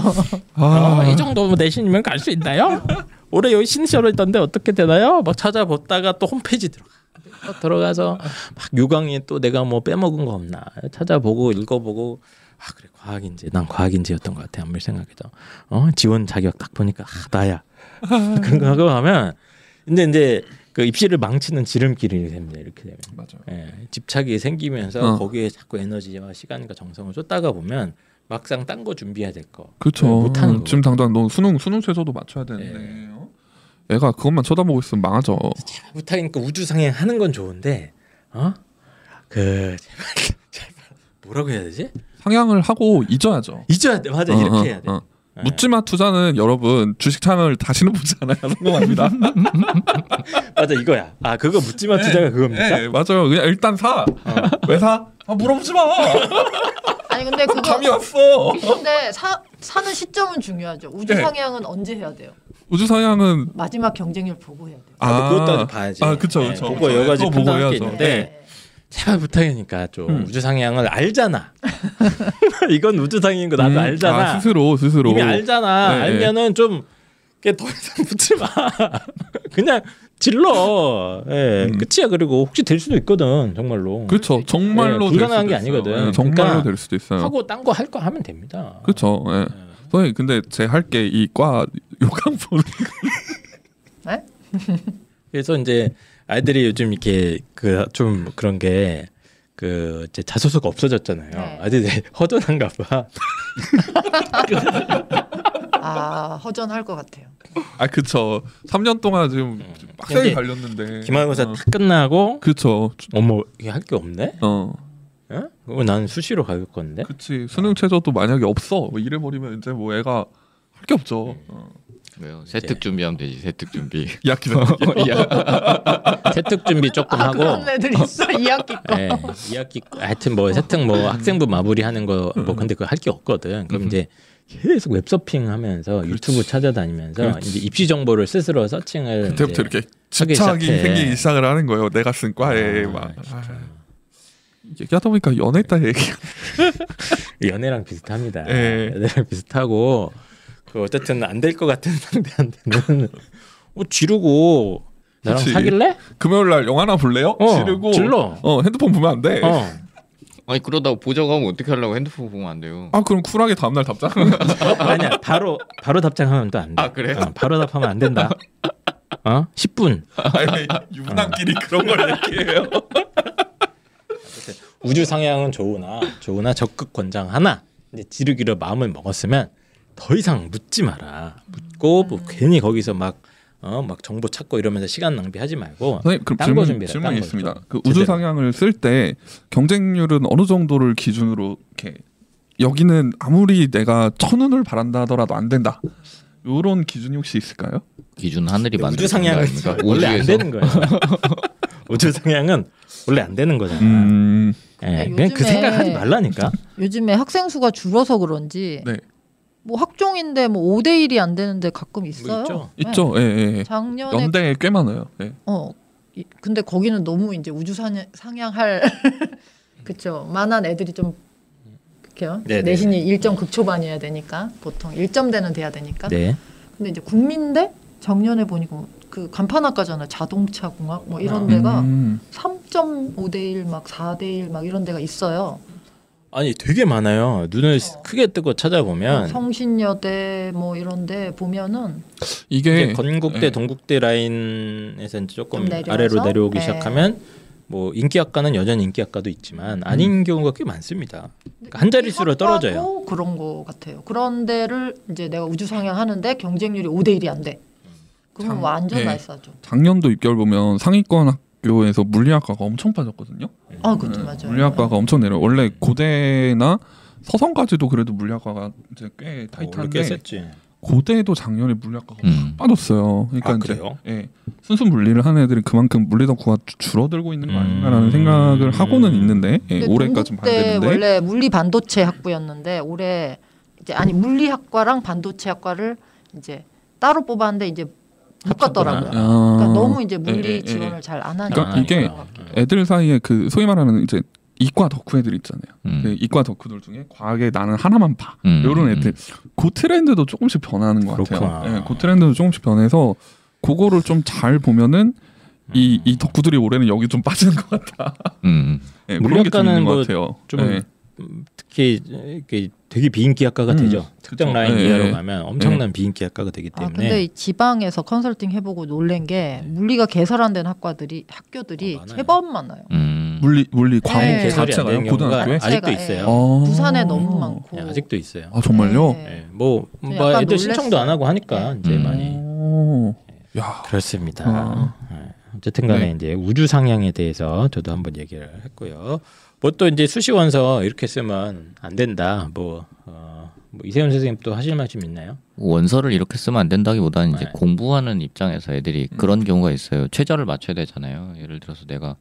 Speaker 3: 아,
Speaker 6: 어, 이 정도
Speaker 1: 뭐
Speaker 6: 내신이면 갈 수 있나요? 올해 여기 신시험을 있던데 어떻게 되나요?
Speaker 1: 막뭐 찾아보다가 또 홈페이지 들어가. 또 들어가서 막 요강에 또 내가 뭐 빼먹은 거 없나 찾아보고 읽어보고 아 그래 과학인지 난 과학인지였던 것 같아 아무리 생각해도 어 지원 자격 딱 보니까 아 나야 *laughs* 그런 거 하고 하면 근데 이제 그 입시를 망치는 지름길이 됩니다 이렇게 되면
Speaker 3: 맞아요.
Speaker 1: 예, 집착이 생기면서
Speaker 3: 어.
Speaker 1: 거기에 자꾸 에너지와 시간과 정성을 쏟다가 보면 막상 딴 거 준비해야 될거
Speaker 3: 그렇죠.
Speaker 1: 네, 못하는 거 네.
Speaker 3: 지금 당장 너 수능 수능 최저도 맞춰야 되는데. 어? 애가 그것만 쳐다보고 있으면 망하죠.
Speaker 1: 부탁이니까 우주상행 하는 건 좋은데 어? 어그 *laughs* 제발 제발 뭐라고 해야 되지
Speaker 3: 상향을 하고 잊어야죠.
Speaker 1: 잊어야 돼 맞아
Speaker 3: 어,
Speaker 1: 이렇게
Speaker 3: 어,
Speaker 1: 해야 돼
Speaker 3: 어.
Speaker 1: 예.
Speaker 3: 묻지마 투자는 여러분 주식 창을 다시는 보지 *laughs* 않아야 성공합니다.
Speaker 1: 맞아 이거야 아 그거 묻지마 투자가 그겁니까
Speaker 3: 예, 맞아요. 그냥 일단 사.
Speaker 1: 어.
Speaker 3: 왜 사? 아, 물어보지 마.
Speaker 2: 아니 근데 그거
Speaker 3: 감이 왔어.
Speaker 2: 근데 사, 사는 시점은 중요하죠. 우주
Speaker 3: 네.
Speaker 2: 상향은 언제 해야 돼요?
Speaker 3: 우주 상향은
Speaker 2: 마지막 경쟁률 보고 해야 돼요.
Speaker 1: 아, 근데 그것도 봐야지
Speaker 3: 아, 그쵸,
Speaker 1: 예,
Speaker 3: 그쵸.
Speaker 1: 그거 여러 가지
Speaker 3: 그거 보고
Speaker 1: 판단할 게
Speaker 3: 해야죠.
Speaker 1: 있는데 제발 부탁이니까 좀
Speaker 3: 음.
Speaker 1: 우주상향을 알잖아
Speaker 3: *laughs*
Speaker 1: 이건 우주상향인 거 나도
Speaker 3: 음,
Speaker 1: 알잖아
Speaker 3: 아, 스스로 스스로.
Speaker 1: 이미 알잖아.
Speaker 3: 네,
Speaker 1: 알면은 좀 그게 더 이상 붙지 마. *laughs* 그냥 질러. 예,
Speaker 3: 음.
Speaker 1: 끝이야. 그리고 혹시 될 수도 있거든. 정말로.
Speaker 3: 그렇죠. 정말로
Speaker 1: 예,
Speaker 3: 될
Speaker 1: 불가능한
Speaker 3: 수도
Speaker 1: 게
Speaker 3: 있어요.
Speaker 1: 아니거든.
Speaker 3: 예, 정말로
Speaker 1: 그러니까
Speaker 3: 될 수도 있어요.
Speaker 1: 하고 네. 딴 거 할 거 하면 됩니다.
Speaker 3: 그렇죠. 예. 저희 근데 제 할 게 이 과 요강 보는
Speaker 1: 그래서 이제 아이들이 요즘 이렇게 그 좀 그런 게 그 이제 자소서가 없어졌잖아요.
Speaker 2: 네.
Speaker 1: 아이들이 *laughs* 허전한가
Speaker 3: 어.
Speaker 1: 봐.
Speaker 2: 아 허전할 것 같아요.
Speaker 3: 아 그쵸 3년 동안 지금 빡세게
Speaker 1: 네. 근데
Speaker 3: 달렸는데
Speaker 1: 기말고사
Speaker 3: 어,
Speaker 1: 다 끝나고
Speaker 3: 그쵸
Speaker 1: 어머 이게 할 게 없네?
Speaker 3: 어
Speaker 1: 어? 그거 난 수시로 갈 건데.
Speaker 3: 그치 수능 최저도 만약에 없어 뭐 이래 버리면 이제 뭐 애가 할 게 없죠
Speaker 1: 네.
Speaker 3: 어.
Speaker 5: 왜요? 세특 준비하면 되지. 세특 *laughs* 준비.
Speaker 3: 야 기다
Speaker 1: 세특 준비 조금
Speaker 2: 아
Speaker 1: 하고.
Speaker 2: 그런 애들 있어 2학기 거.
Speaker 1: 네, 2학기 하여튼 뭐 세팅
Speaker 3: 음.
Speaker 1: 뭐 학생부 마무리하는 거 뭐 근데 그거 할 게 없거든. 그럼 이제 계속 웹서핑 하면서 유튜브 찾아다니면서 이제 입시 정보를 스스로 서칭을 이제
Speaker 3: 그때부터 이렇게
Speaker 1: 하기
Speaker 3: 집착이
Speaker 1: 시작해.
Speaker 3: 생기기 시작을 하는 거예요 내가 쓴 과에
Speaker 1: 아,
Speaker 3: 막 아, 얘기하다 보니까 연애 따 얘기 *laughs*
Speaker 1: 연애랑 비슷합니다.
Speaker 3: 예.
Speaker 1: 연애랑 비슷하고 그 어쨌든 안 될 것 같은 상대한테는 어, 지르고 나랑
Speaker 3: 그치.
Speaker 1: 사귈래?
Speaker 3: 금요일 날 영화나 볼래요
Speaker 1: 어,
Speaker 3: 지르고
Speaker 1: 질러.
Speaker 3: 어 핸드폰 보면 안돼
Speaker 1: 어.
Speaker 5: 아니 그러다가 보자고 하면 어떻게 하려고 핸드폰 보면 안 돼요.
Speaker 3: 아 그럼 쿨하게 다음날 *laughs* 답장
Speaker 1: 아니야 바로 바로 답장하면 또 안 돼.
Speaker 5: 아, 그래요?
Speaker 1: 어, 바로 답하면 안 된다. 어? 10분.
Speaker 3: 아. 아니, 유부남끼리 그런 걸 얘기해요
Speaker 1: 우주 상향은 좋으나 좋으나 적극 권장하나 이제 지르기로 마음을 먹었으면 더 이상 묻지 마라. 묻고 뭐 괜히 거기서 막 어, 막 정보 찾고 이러면서 시간 낭비하지 말고
Speaker 3: *laughs* 선생님 그럼
Speaker 1: 딴거
Speaker 3: 질문
Speaker 1: 준비해라,
Speaker 3: 질문이
Speaker 1: 딴거
Speaker 3: 있습니다.
Speaker 1: 좀.
Speaker 3: 그 우주
Speaker 1: 제대로.
Speaker 3: 상향을 쓸 때 경쟁률은 어느 정도를 기준으로 이렇게 여기는 아무리 내가 천운을 바란다 하더라도 안 된다. 요런 기준이 혹시 있을까요?
Speaker 5: 기준 하늘이 만든
Speaker 1: 우주 상향은
Speaker 5: 거
Speaker 1: *laughs* 원래
Speaker 5: 아닙니까?
Speaker 1: 안
Speaker 5: 우주에서
Speaker 1: 되는 거예요. 우주 상향은 원래 안 되는 거잖아. 요
Speaker 3: 음,
Speaker 1: 예, 그냥 그
Speaker 2: 요즘에-
Speaker 1: 생각하지 말라니까.
Speaker 2: 요즘에 학생 수가 줄어서 그런지
Speaker 3: 네.
Speaker 2: 뭐 학종인데 뭐 5대 1이 안 되는데 가끔 있어요.
Speaker 1: 있죠.
Speaker 2: 네.
Speaker 3: 있죠. 예, 예, 예.
Speaker 2: 작년에
Speaker 3: 연대에 꽤 많아요. 예.
Speaker 2: 어 이- 근데 거기는 너무 이제 우주 사냥- 상향할 *laughs* 그쵸 만한 애들이 좀 그렇게요
Speaker 1: 네, 네,
Speaker 2: 내신이 1점 극초반이어야 되니까 보통 1점대는 돼야 되니까
Speaker 1: 네.
Speaker 2: 근데 이제 국민대 작년에 보니까 그 간판학과잖아요 자동차 공학 뭐
Speaker 1: 아.
Speaker 2: 이런 데가
Speaker 3: 음,
Speaker 2: 3.5대 1 막 4대 1 막 이런 데가 있어요
Speaker 1: 아니 되게 많아요. 눈을 크게 뜨고
Speaker 2: 어,
Speaker 1: 찾아보면
Speaker 2: 뭐 성신여대 뭐 이런 데 보면은
Speaker 3: 이게
Speaker 1: 이제 건국대
Speaker 3: 예.
Speaker 1: 동국대 라인에서 이제
Speaker 2: 좀
Speaker 1: 조금
Speaker 2: 내려서?
Speaker 1: 아래로 내려오기
Speaker 2: 네.
Speaker 1: 시작하면 뭐 인기학과는 여전 인기학과도 있지만
Speaker 2: 음.
Speaker 1: 아닌 경우가 꽤 많습니다. 그러니까 한 자릿수로 떨어져요.
Speaker 2: 학과도 그런 거 같아요. 그런 데를 이제 내가 우주 상향하는데 경쟁률이 5대 1이 안 돼. 그럼
Speaker 3: 참,
Speaker 2: 완전
Speaker 3: 네.
Speaker 2: 날싸죠.
Speaker 3: 작년도 입결 보면 상위권 학교에서 물리학과가 엄청 빠졌거든요.
Speaker 2: 아, 그것도
Speaker 3: 네,
Speaker 2: 맞아요.
Speaker 3: 물리학과가 엄청 내려. 원래 고대나 서성까지도 그래도 물리학과가 이제
Speaker 1: 그렇게
Speaker 2: 네.
Speaker 3: 꽤 타이트한데
Speaker 1: 뭐 했었지.
Speaker 3: 고대도 작년에 물리학과가
Speaker 5: 음.
Speaker 3: 빠졌어요. 그러니까
Speaker 1: 아
Speaker 3: 이제
Speaker 1: 그래요?
Speaker 3: 예, 순수 물리를 하는 애들이 그만큼 물리 덕후가 주- 줄어들고 있는 거
Speaker 1: 음.
Speaker 3: 아닌가라는 생각을 하고는 있는데 예,
Speaker 2: 근데
Speaker 3: 올해까지는
Speaker 2: 동국대
Speaker 3: 반대인데
Speaker 2: 원래 물리 반도체 학부였는데 올해 이제 아니 물리학과랑 반도체 학과를 이제 따로 뽑았는데 이제 묶었더라고요.
Speaker 1: 합쳤구나.
Speaker 2: 그러니까
Speaker 3: 아,
Speaker 2: 너무 이제
Speaker 3: 예, 예,
Speaker 2: 물리
Speaker 3: 예.
Speaker 2: 지원을 잘 안 하니까.
Speaker 3: 그러니까 이게
Speaker 2: 그런 것 같아요.
Speaker 3: 애들 사이에 그 소위 말하는 이제 이과 덕후 애들 있잖아요.
Speaker 5: 음.
Speaker 3: 그 이과 덕후들 중에 과학에 나는 하나만 봐.
Speaker 5: 음.
Speaker 3: 요런 애들 그 트렌드도 조금씩 변하는 것 같아요.
Speaker 1: 그렇구나.
Speaker 3: 예, 그 트렌드도 조금씩 변해서 그거를 좀 잘 보면은 이, 이 덕후들이 올해는 여기 좀 빠지는 것 같다.
Speaker 5: 음.
Speaker 3: 예, 그런 게좀
Speaker 1: 물리학과는
Speaker 3: 있는 것
Speaker 1: 뭐
Speaker 3: 같아요.
Speaker 1: 좀
Speaker 3: 예.
Speaker 1: 음, 특히 이렇게 되게 비인기학과가
Speaker 3: 음,
Speaker 1: 되죠. 특정
Speaker 3: 그렇죠.
Speaker 1: 라인
Speaker 3: 예,
Speaker 1: 이하로
Speaker 3: 예.
Speaker 1: 가면 엄청난 비인기학과가 되기
Speaker 2: 아,
Speaker 1: 때문에
Speaker 2: 근데 이 지방에서 컨설팅 해보고 놀란 게
Speaker 3: 네.
Speaker 2: 물리가 개설 안 된 학과들이 학교들이
Speaker 1: 어, 많아요.
Speaker 2: 제법 많아요.
Speaker 5: 음.
Speaker 3: 물리 물리 과목
Speaker 2: 네.
Speaker 1: 개설이 안
Speaker 3: 자체가요
Speaker 1: 되는 경우가
Speaker 3: 고등학교에
Speaker 1: 아직도
Speaker 2: 자체가,
Speaker 1: 있어요.
Speaker 3: 아.
Speaker 2: 부산에 너무 많고 그
Speaker 1: 예, 아직도 있어요.
Speaker 3: 아 정말요?
Speaker 2: 네.
Speaker 1: 예, 뭐, 뭐
Speaker 2: 좀
Speaker 1: 애들
Speaker 2: 약간
Speaker 1: 신청도
Speaker 2: 놀랬어요. 예.
Speaker 1: 안 하고 하니까 이제
Speaker 5: 음.
Speaker 1: 많이
Speaker 3: 오. 야.
Speaker 1: 그렇습니다.
Speaker 3: 아.
Speaker 1: 예, 어쨌든 간에
Speaker 3: 네.
Speaker 1: 이제 우주 상향에 대해서 저도 한번 얘기를 했고요. 뭐 또 이제 수시원서 이렇게 쓰면 안 된다. 뭐, 어, 뭐 이세훈 선생님 또 하실 말씀 있나요?
Speaker 5: 원서를 이렇게 쓰면 안 된다기보다는
Speaker 1: 네.
Speaker 5: 이제
Speaker 1: 음.
Speaker 5: 공부하는 입장에서 애들이 그런 경우가 있어요. 최저를 맞춰야 되잖아요. 예를 들어서 내가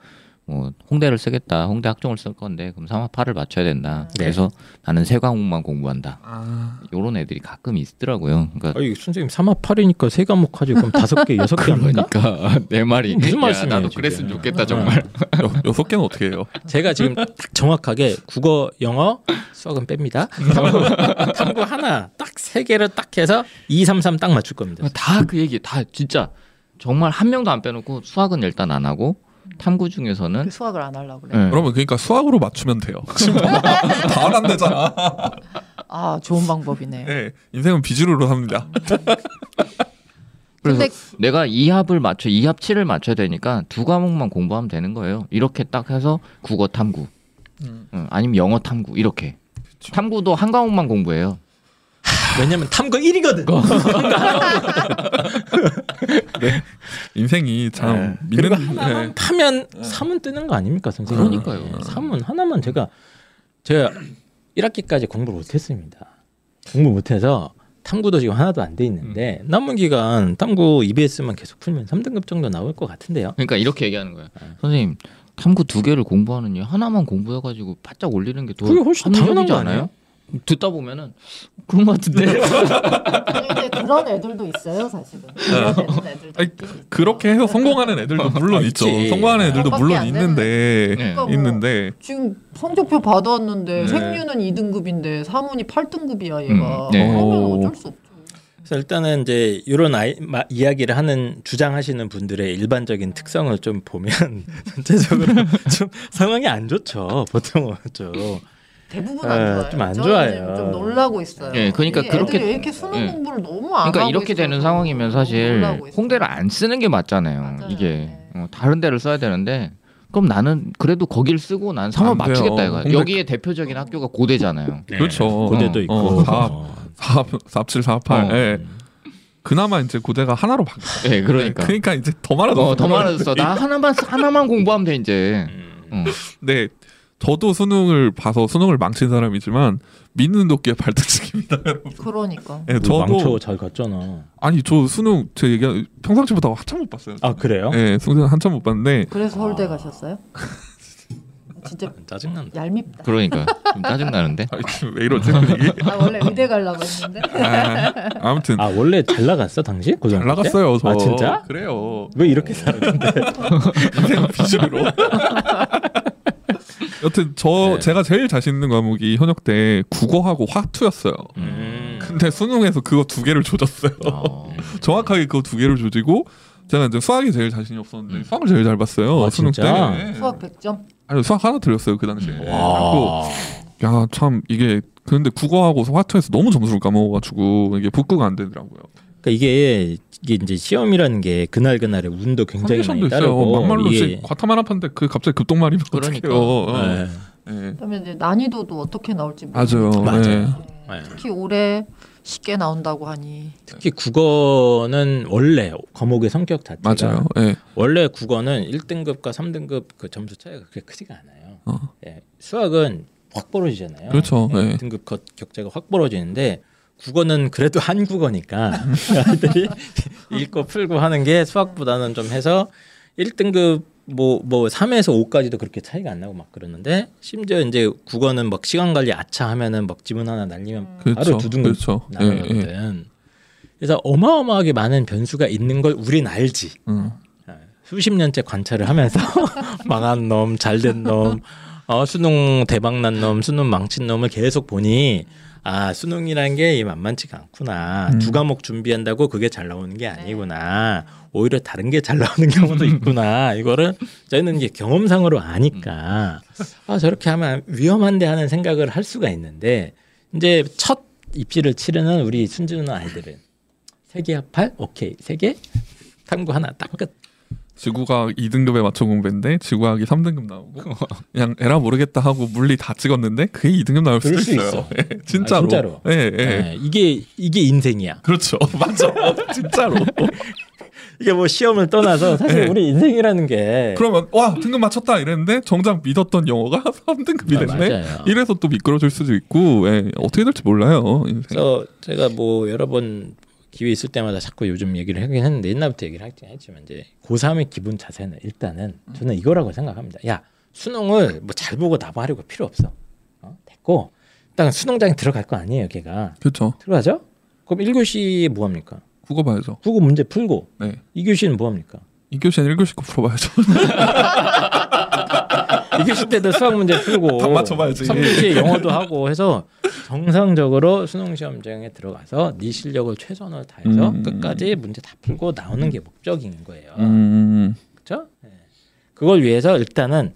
Speaker 5: 뭐 홍대를 쓰겠다. 홍대 학종을 쓸 건데 그럼 3학 8을 맞춰야 된다.
Speaker 1: 네.
Speaker 5: 그래서 나는 세 과목만 공부한다.
Speaker 3: 아.
Speaker 5: 요런 애들이 가끔 있더라고요. 그러니까
Speaker 1: 아니, 선생님 3학 8이니까 세 과목 하지 *laughs* 그럼 다섯 개 여섯 개 아닙니까?
Speaker 5: 그러니까 *laughs* 내 말이
Speaker 1: 무슨
Speaker 5: 야,
Speaker 1: 말씀이에요,
Speaker 5: 나도
Speaker 1: 지금.
Speaker 5: 그랬으면 좋겠다
Speaker 1: 아.
Speaker 5: 정말.
Speaker 3: 여- 여섯 개는 어떻게 해요?
Speaker 1: 제가 지금 딱 정확하게 국어, 영어 수학은 뺍니다. 탐구, 탐구 하나 딱 세 개를 딱 해서 2, 3, 3 딱 맞출 겁니다.
Speaker 5: 다 그 얘기 다 진짜 정말 한 명도 안 빼놓고 수학은 일단 안 하고 탐구
Speaker 2: 그
Speaker 5: 중에서는
Speaker 2: 수학을 안 하려고 그래.
Speaker 5: 예.
Speaker 3: 여러분 그러니까 수학으로 맞추면 돼요. *laughs* 지금 뭐 다안 되잖아.
Speaker 2: 아, 좋은 방법이네요.
Speaker 3: 네. 인생은 비주류로 삽니다.
Speaker 5: 그래서
Speaker 2: 근데
Speaker 5: 내가 2합을 맞춰 2합 7을 맞춰야 되니까 두 과목만 공부하면 되는 거예요. 이렇게 딱 해서 국어 탐구.
Speaker 1: 음.
Speaker 5: 응, 아니면 영어 탐구 이렇게. 탐구도 한 과목만 공부해요.
Speaker 1: 왜냐면 탐구 1이거든.
Speaker 3: 인생이 참 믿는
Speaker 1: 그리고 하나만
Speaker 3: 네.
Speaker 1: 파면 3은 뜨는 거 아닙니까 선생님?
Speaker 5: 그러니까요.
Speaker 1: 3은 하나만 제가 제가 1학기까지 공부를 못했습니다. 공부 못해서 탐구도 지금 하나도 안 돼 있는데 남은 기간 탐구 EBS만 계속 풀면 3등급 정도 나올 것 같은데요.
Speaker 5: 그러니까 이렇게 얘기하는 거예요. 선생님, 탐구 두 개를 공부하느니 하나만 공부해 가지고 바짝 올리는 게 더
Speaker 1: 그게 훨씬 당연한 거 아니에요?
Speaker 5: 듣다 보면은 그런 거 같은데.
Speaker 2: 근데 그런 애들도 있어요, 사실은. 그런 애들은 애들도
Speaker 3: 네. 아니,
Speaker 2: 있긴 있어요.
Speaker 3: 그렇게 해서 성공하는 애들도 물론 있죠.
Speaker 1: 있지.
Speaker 3: 성공하는 애들도
Speaker 2: 그거밖에
Speaker 3: 물론
Speaker 2: 안 되는
Speaker 3: 있는데
Speaker 5: *laughs* 네.
Speaker 2: 그러니까 뭐
Speaker 3: 있는데
Speaker 2: 지금 성적표 받아왔는데
Speaker 3: 네.
Speaker 2: 생류는 2등급인데 사문이 8등급이야 얘가.
Speaker 5: 음, 네.
Speaker 2: 그러면
Speaker 3: 오.
Speaker 2: 어쩔 수 없죠.
Speaker 1: 그래서 일단은 이제 이런 아이, 마, 이야기를 하는 주장하시는 분들의 일반적인 특성을 좀 보면 *laughs* 전체적으로 *laughs* 좀 상황이 안 좋죠. 보통은 좀.
Speaker 2: 대부분
Speaker 1: 아,
Speaker 5: 네,
Speaker 2: 안 좋아요.
Speaker 1: 좀안
Speaker 2: 저는
Speaker 1: 좋아요.
Speaker 2: 지금 좀 놀라고 있어요.
Speaker 5: 예, 그러니까
Speaker 2: 이
Speaker 5: 그렇게-
Speaker 2: 애들이 왜 이렇게 수능
Speaker 5: 예.
Speaker 2: 공부를 너무 안
Speaker 5: 그러니까
Speaker 2: 아, 하고
Speaker 5: 이렇게
Speaker 2: 있어서
Speaker 5: 되는 상황이면
Speaker 2: 너무
Speaker 5: 사실
Speaker 2: 놀라고 있어요.
Speaker 5: 홍대를 안 쓰는 게 맞잖아요.
Speaker 2: 맞아요.
Speaker 5: 이게
Speaker 2: 네.
Speaker 5: 어, 다른 데를 써야 되는데 그럼 나는 그래도 거길 쓰고 난
Speaker 3: 안
Speaker 5: 상업
Speaker 3: 돼요.
Speaker 5: 맞추겠다 이거. 야
Speaker 3: 공백-
Speaker 5: 여기에 대표적인 학교가
Speaker 3: *laughs*
Speaker 5: 고대잖아요.
Speaker 3: 그렇죠.
Speaker 1: 고대도 있고
Speaker 3: 어, 사,
Speaker 1: 어.
Speaker 3: 사, 사, 48.
Speaker 5: 어.
Speaker 3: 예. 그나마 이제 고대가 하나로 바뀌.
Speaker 5: 예, 네, 그러니까.
Speaker 3: 그러니까 이제 더 많아졌어.
Speaker 5: 어, 더 많아졌어. 나 하나만 쓰- 하나만 공부하면 돼 이제.
Speaker 1: 음.
Speaker 5: 응.
Speaker 3: 네. 저도 수능을 봐서 수능을 망친 사람이지만 믿는 도끼의 발등치기입니다.
Speaker 2: 그러니까.
Speaker 3: 예,
Speaker 1: 저
Speaker 3: 저도
Speaker 1: 망초 잘 갔잖아.
Speaker 3: 아니 저 수능 제 얘기 평상시보다 한참 못 봤어요.
Speaker 1: 아 그래요?
Speaker 3: 예, 수능 한참 못 봤는데
Speaker 2: 그래서 서울대
Speaker 1: 아.
Speaker 2: 가셨어요? *laughs* 진짜
Speaker 1: 짜증난다.
Speaker 2: 얄밉다.
Speaker 5: 그러니까 좀 짜증 나는데.
Speaker 3: 아, 왜 이러지 분위기?
Speaker 2: 나
Speaker 5: 그러니까.
Speaker 2: 원래 의대 가려고 했는데.
Speaker 3: 아, 아무튼
Speaker 1: 아 원래 잘 나갔어 당시 고등학교 때?
Speaker 3: 잘 나갔어요. 저.
Speaker 1: 아 진짜?
Speaker 3: 그래요.
Speaker 1: 왜 이렇게 살았는데?
Speaker 3: 인생 비식으로. *laughs* 여튼 저
Speaker 1: 네.
Speaker 3: 제가 제일 자신 있는 과목이 현역 때 국어하고 화투였어요.
Speaker 1: 음.
Speaker 3: 근데 수능에서 그거 두 개를 조졌어요.
Speaker 1: 아,
Speaker 5: 어.
Speaker 1: 네.
Speaker 3: *laughs* 정확하게 그거 두 개를 조지고 제가 이제 수학이 제일 자신이 없었는데 수학을 제일 잘 봤어요.
Speaker 1: 음. 아,
Speaker 3: 수능
Speaker 1: 진짜?
Speaker 3: 때.
Speaker 2: 수학 100점.
Speaker 3: 아니 수학 하나 틀렸어요 그
Speaker 1: 네.
Speaker 3: 당시에. 그래갖고
Speaker 1: 와.
Speaker 3: 야참 이게 근데 국어하고 화투에서 너무 점수를 까먹어가지고 이게 복구가 안 되더라고요.
Speaker 1: 그러니까 이게 이게 이제 시험이라는 게 그날 그날의 운도 굉장히
Speaker 3: 컨디션도
Speaker 1: 많이
Speaker 3: 있어요.
Speaker 1: 따르고
Speaker 3: 막말로
Speaker 1: 이게
Speaker 3: 이제 과타만 한판데 그 갑자기 급동말이면
Speaker 5: 그러니까.
Speaker 3: 어떡해요. 어.
Speaker 1: 네.
Speaker 3: 예.
Speaker 2: 그다음에 이제 난이도도 어떻게 나올지
Speaker 3: 맞아요. 예.
Speaker 1: 네.
Speaker 2: 특히 올해 쉽게 나온다고 하니
Speaker 1: 특히 국어는 원래 과목의 성격 자체가
Speaker 3: 맞아요. 예.
Speaker 1: 원래 국어는 1등급과 3등급 그 점수 차이가 그렇게 크지가 않아요.
Speaker 3: 어.
Speaker 1: 예, 수학은 확 벌어지잖아요.
Speaker 3: 그렇죠. 예.
Speaker 1: 등급 겉- 격차가 확 벌어지는데 국어는 그래도 *laughs* 한국어니까
Speaker 3: *laughs*
Speaker 1: 아이들이 읽고 풀고 하는 게 수학보다는 좀 해서 1등급 뭐 뭐 3에서 5까지도 그렇게 차이가 안 나고 막 그러는데 심지어 이제 국어는 막 시간 관리 아차 하면은 막 지문 하나 날리면
Speaker 3: 그렇죠.
Speaker 1: 바로 두 등급
Speaker 3: 그렇죠. 예, 예.
Speaker 1: 나가거든. 그래서 어마어마하게 많은 변수가 있는 걸 우린 알지.
Speaker 3: 음.
Speaker 1: 수십 년째 관찰을 하면서 *laughs* 망한 놈, 잘된 놈, 어, 수능 대박난 놈, 수능 망친 놈을 계속 보니 아 수능이란 게 이 만만치가 않구나.
Speaker 3: 음.
Speaker 1: 두 과목 준비한다고 그게 잘 나오는 게 아니구나. 오히려 다른 게 잘 나오는 경우도 있구나. 이거를 저희는 이제 경험상으로 아니까 아 저렇게 하면 위험한데 하는 생각을 할 수가 있는데 이제 첫 입시를 치르는 우리 순진한 아이들은 세개 합할 오케이 세개 탐구 하나 딱끝
Speaker 3: 지구과학 2등급에 맞춰 공부했는데 지구과학이 3등급 나오고
Speaker 1: *laughs*
Speaker 3: 그냥 에라 모르겠다 하고 물리 다 찍었는데 그게 2등급 나올 수도
Speaker 1: 그럴 수
Speaker 3: 있어요.
Speaker 1: 있어.
Speaker 3: 예, 진짜로.
Speaker 1: 아, 진짜로.
Speaker 3: 예, 예.
Speaker 1: 예, 이게 이게 인생이야. *laughs*
Speaker 3: 그렇죠. 맞아. 진짜로.
Speaker 1: 이게 뭐 시험을 떠나서 사실
Speaker 3: 예.
Speaker 1: 우리 인생이라는 게
Speaker 3: *laughs* 그러면 와 등급 맞췄다 이랬는데 정작 믿었던 영어가 *laughs* 3등급이
Speaker 1: 아,
Speaker 3: 됐네.
Speaker 1: 맞아요.
Speaker 3: 이래서 또 미끄러질 수도 있고 예, 어떻게 될지 몰라요. 인생.
Speaker 1: 그래서 제가 뭐 여러 번 기회 있을 때마다 자꾸 요즘 얘기를 하긴 했는데 옛날부터 얘기를 하긴 했지만 이제 고3의 기본 자세는 일단은 저는 이거라고 생각합니다. 야 수능을 뭐 잘 보고 나발하려고 필요 없어. 어? 됐고 일단 수능장에 들어갈 거 아니에요 걔가
Speaker 3: 그렇죠.
Speaker 1: 들어가죠? 그럼 1교시 뭐 합니까?
Speaker 3: 국어 봐야죠.
Speaker 1: 국어 문제 풀고
Speaker 3: 네.
Speaker 1: 2교시는 뭐 합니까?
Speaker 3: 2교시 아니 1교시 거 풀어봐야죠.
Speaker 1: 2교시 때도 수학 문제 풀고
Speaker 3: 다 맞춰봐야지.
Speaker 1: 3교시에 영어도 하고 해서 정상적으로 수능 시험장에 들어가서 네 실력을 최선을 다해서
Speaker 3: 음.
Speaker 1: 끝까지 문제 다 풀고 나오는 게 목적인 거예요.
Speaker 3: 음,
Speaker 1: 그렇죠? 그걸 위해서 일단은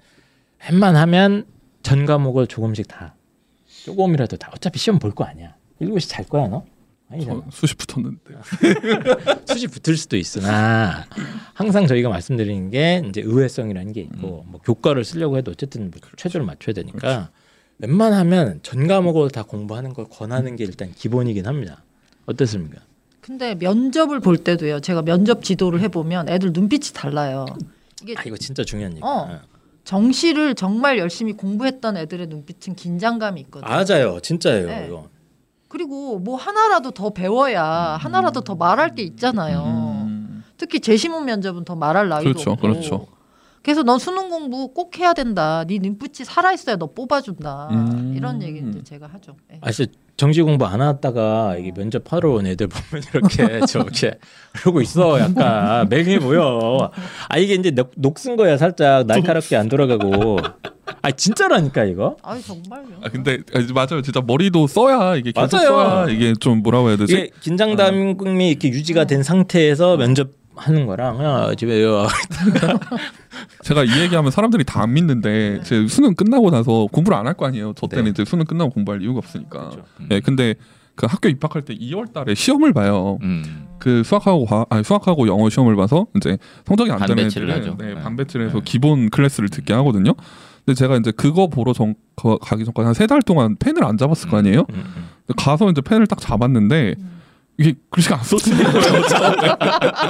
Speaker 1: 웬만하면 전 과목을 조금씩 다 조금이라도 다 어차피 시험 볼 거 아니야. 1교시 잘 거야 너? 아니잖아.
Speaker 3: *laughs* 저 수시 붙었는데.
Speaker 1: 수시 붙을 수도 있으나 항상 저희가 말씀드리는 게 이제 의외성이라는 게 있고 뭐 교과를 쓰려고 해도 어쨌든 뭐 최저를 맞춰야 되니까 웬만하면 전 과목을 다 공부하는 걸 권하는 게 일단 기본이긴 합니다. 어떻습니까?
Speaker 2: 근데 면접을 볼 때도요. 제가 면접 지도를 해보면 애들 눈빛이 달라요. 이게
Speaker 1: 아 이거 진짜 중요한 얘기.
Speaker 2: 어. 정시를 정말 열심히 공부했던 애들의 눈빛은 긴장감이 있거든요.
Speaker 1: 맞아요, 진짜예요.
Speaker 2: 네.
Speaker 1: 이거.
Speaker 2: 그리고 뭐 하나라도 더 배워야 하나라도 더 말할 게 있잖아요.
Speaker 3: 음,
Speaker 2: 특히 재시문 면접은 더 말할 나위도
Speaker 3: 그렇죠,
Speaker 2: 없고.
Speaker 3: 그렇죠.
Speaker 2: 그래서 넌 수능 공부 꼭 해야 된다. 네 눈빛이 살아 있어야 너 뽑아준다.
Speaker 3: 음.
Speaker 2: 이런 얘기 이제 제가 하죠. 예.
Speaker 1: 아 진짜 정시 공부 안 하다가 이게 면접하러 온 애들 보면
Speaker 2: *laughs*
Speaker 1: 이렇게 저렇게 그러고 있어 약간 맹해 보여 아 이게 이제 녹, 녹슨 거야 살짝 날카롭게 안 돌아가고 아 진짜라니까 이거
Speaker 2: 아유 정말요.
Speaker 3: 아 근데 아, 맞아요. 진짜 머리도 써야 이게 계속
Speaker 1: 맞아요. 예.
Speaker 3: 써야 이게 좀 뭐라고 해야 되지?
Speaker 1: 이게 긴장감이 이렇게 유지가 된 상태에서 면접 하는 거랑 아, 야 집에 요
Speaker 3: *laughs* 제가 이 얘기하면 사람들이 다 안
Speaker 1: 네.
Speaker 3: 믿는데 제
Speaker 1: 그렇죠. 음.
Speaker 3: 수능 끝나고 나서 공부를 안 할 거 아니에요. 저 때는 이제 수능 끝나고 공부할 이유가 없으니까. 예, 근데 그 학교 입학할 때 2월달에 시험을 봐요.
Speaker 5: 음.
Speaker 3: 그 수학하고 과, 아니 수학하고 영어 시험을 봐서 이제 성적이 안 되는
Speaker 5: 반배치를
Speaker 3: 애들은
Speaker 5: 하죠.
Speaker 3: 네,
Speaker 5: 네.
Speaker 3: 반배치를 해서
Speaker 5: 네.
Speaker 3: 기본 클래스를 듣게 하거든요. 근데 제가 이제 그거 보러 정, 거- 가기 전까지 한 세 달 동안 펜을 안 잡았을 거 아니에요?
Speaker 1: 음, 음.
Speaker 3: 근데 가서 이제 펜을 딱 잡았는데 이게 글씨가 안 써지는 거예요.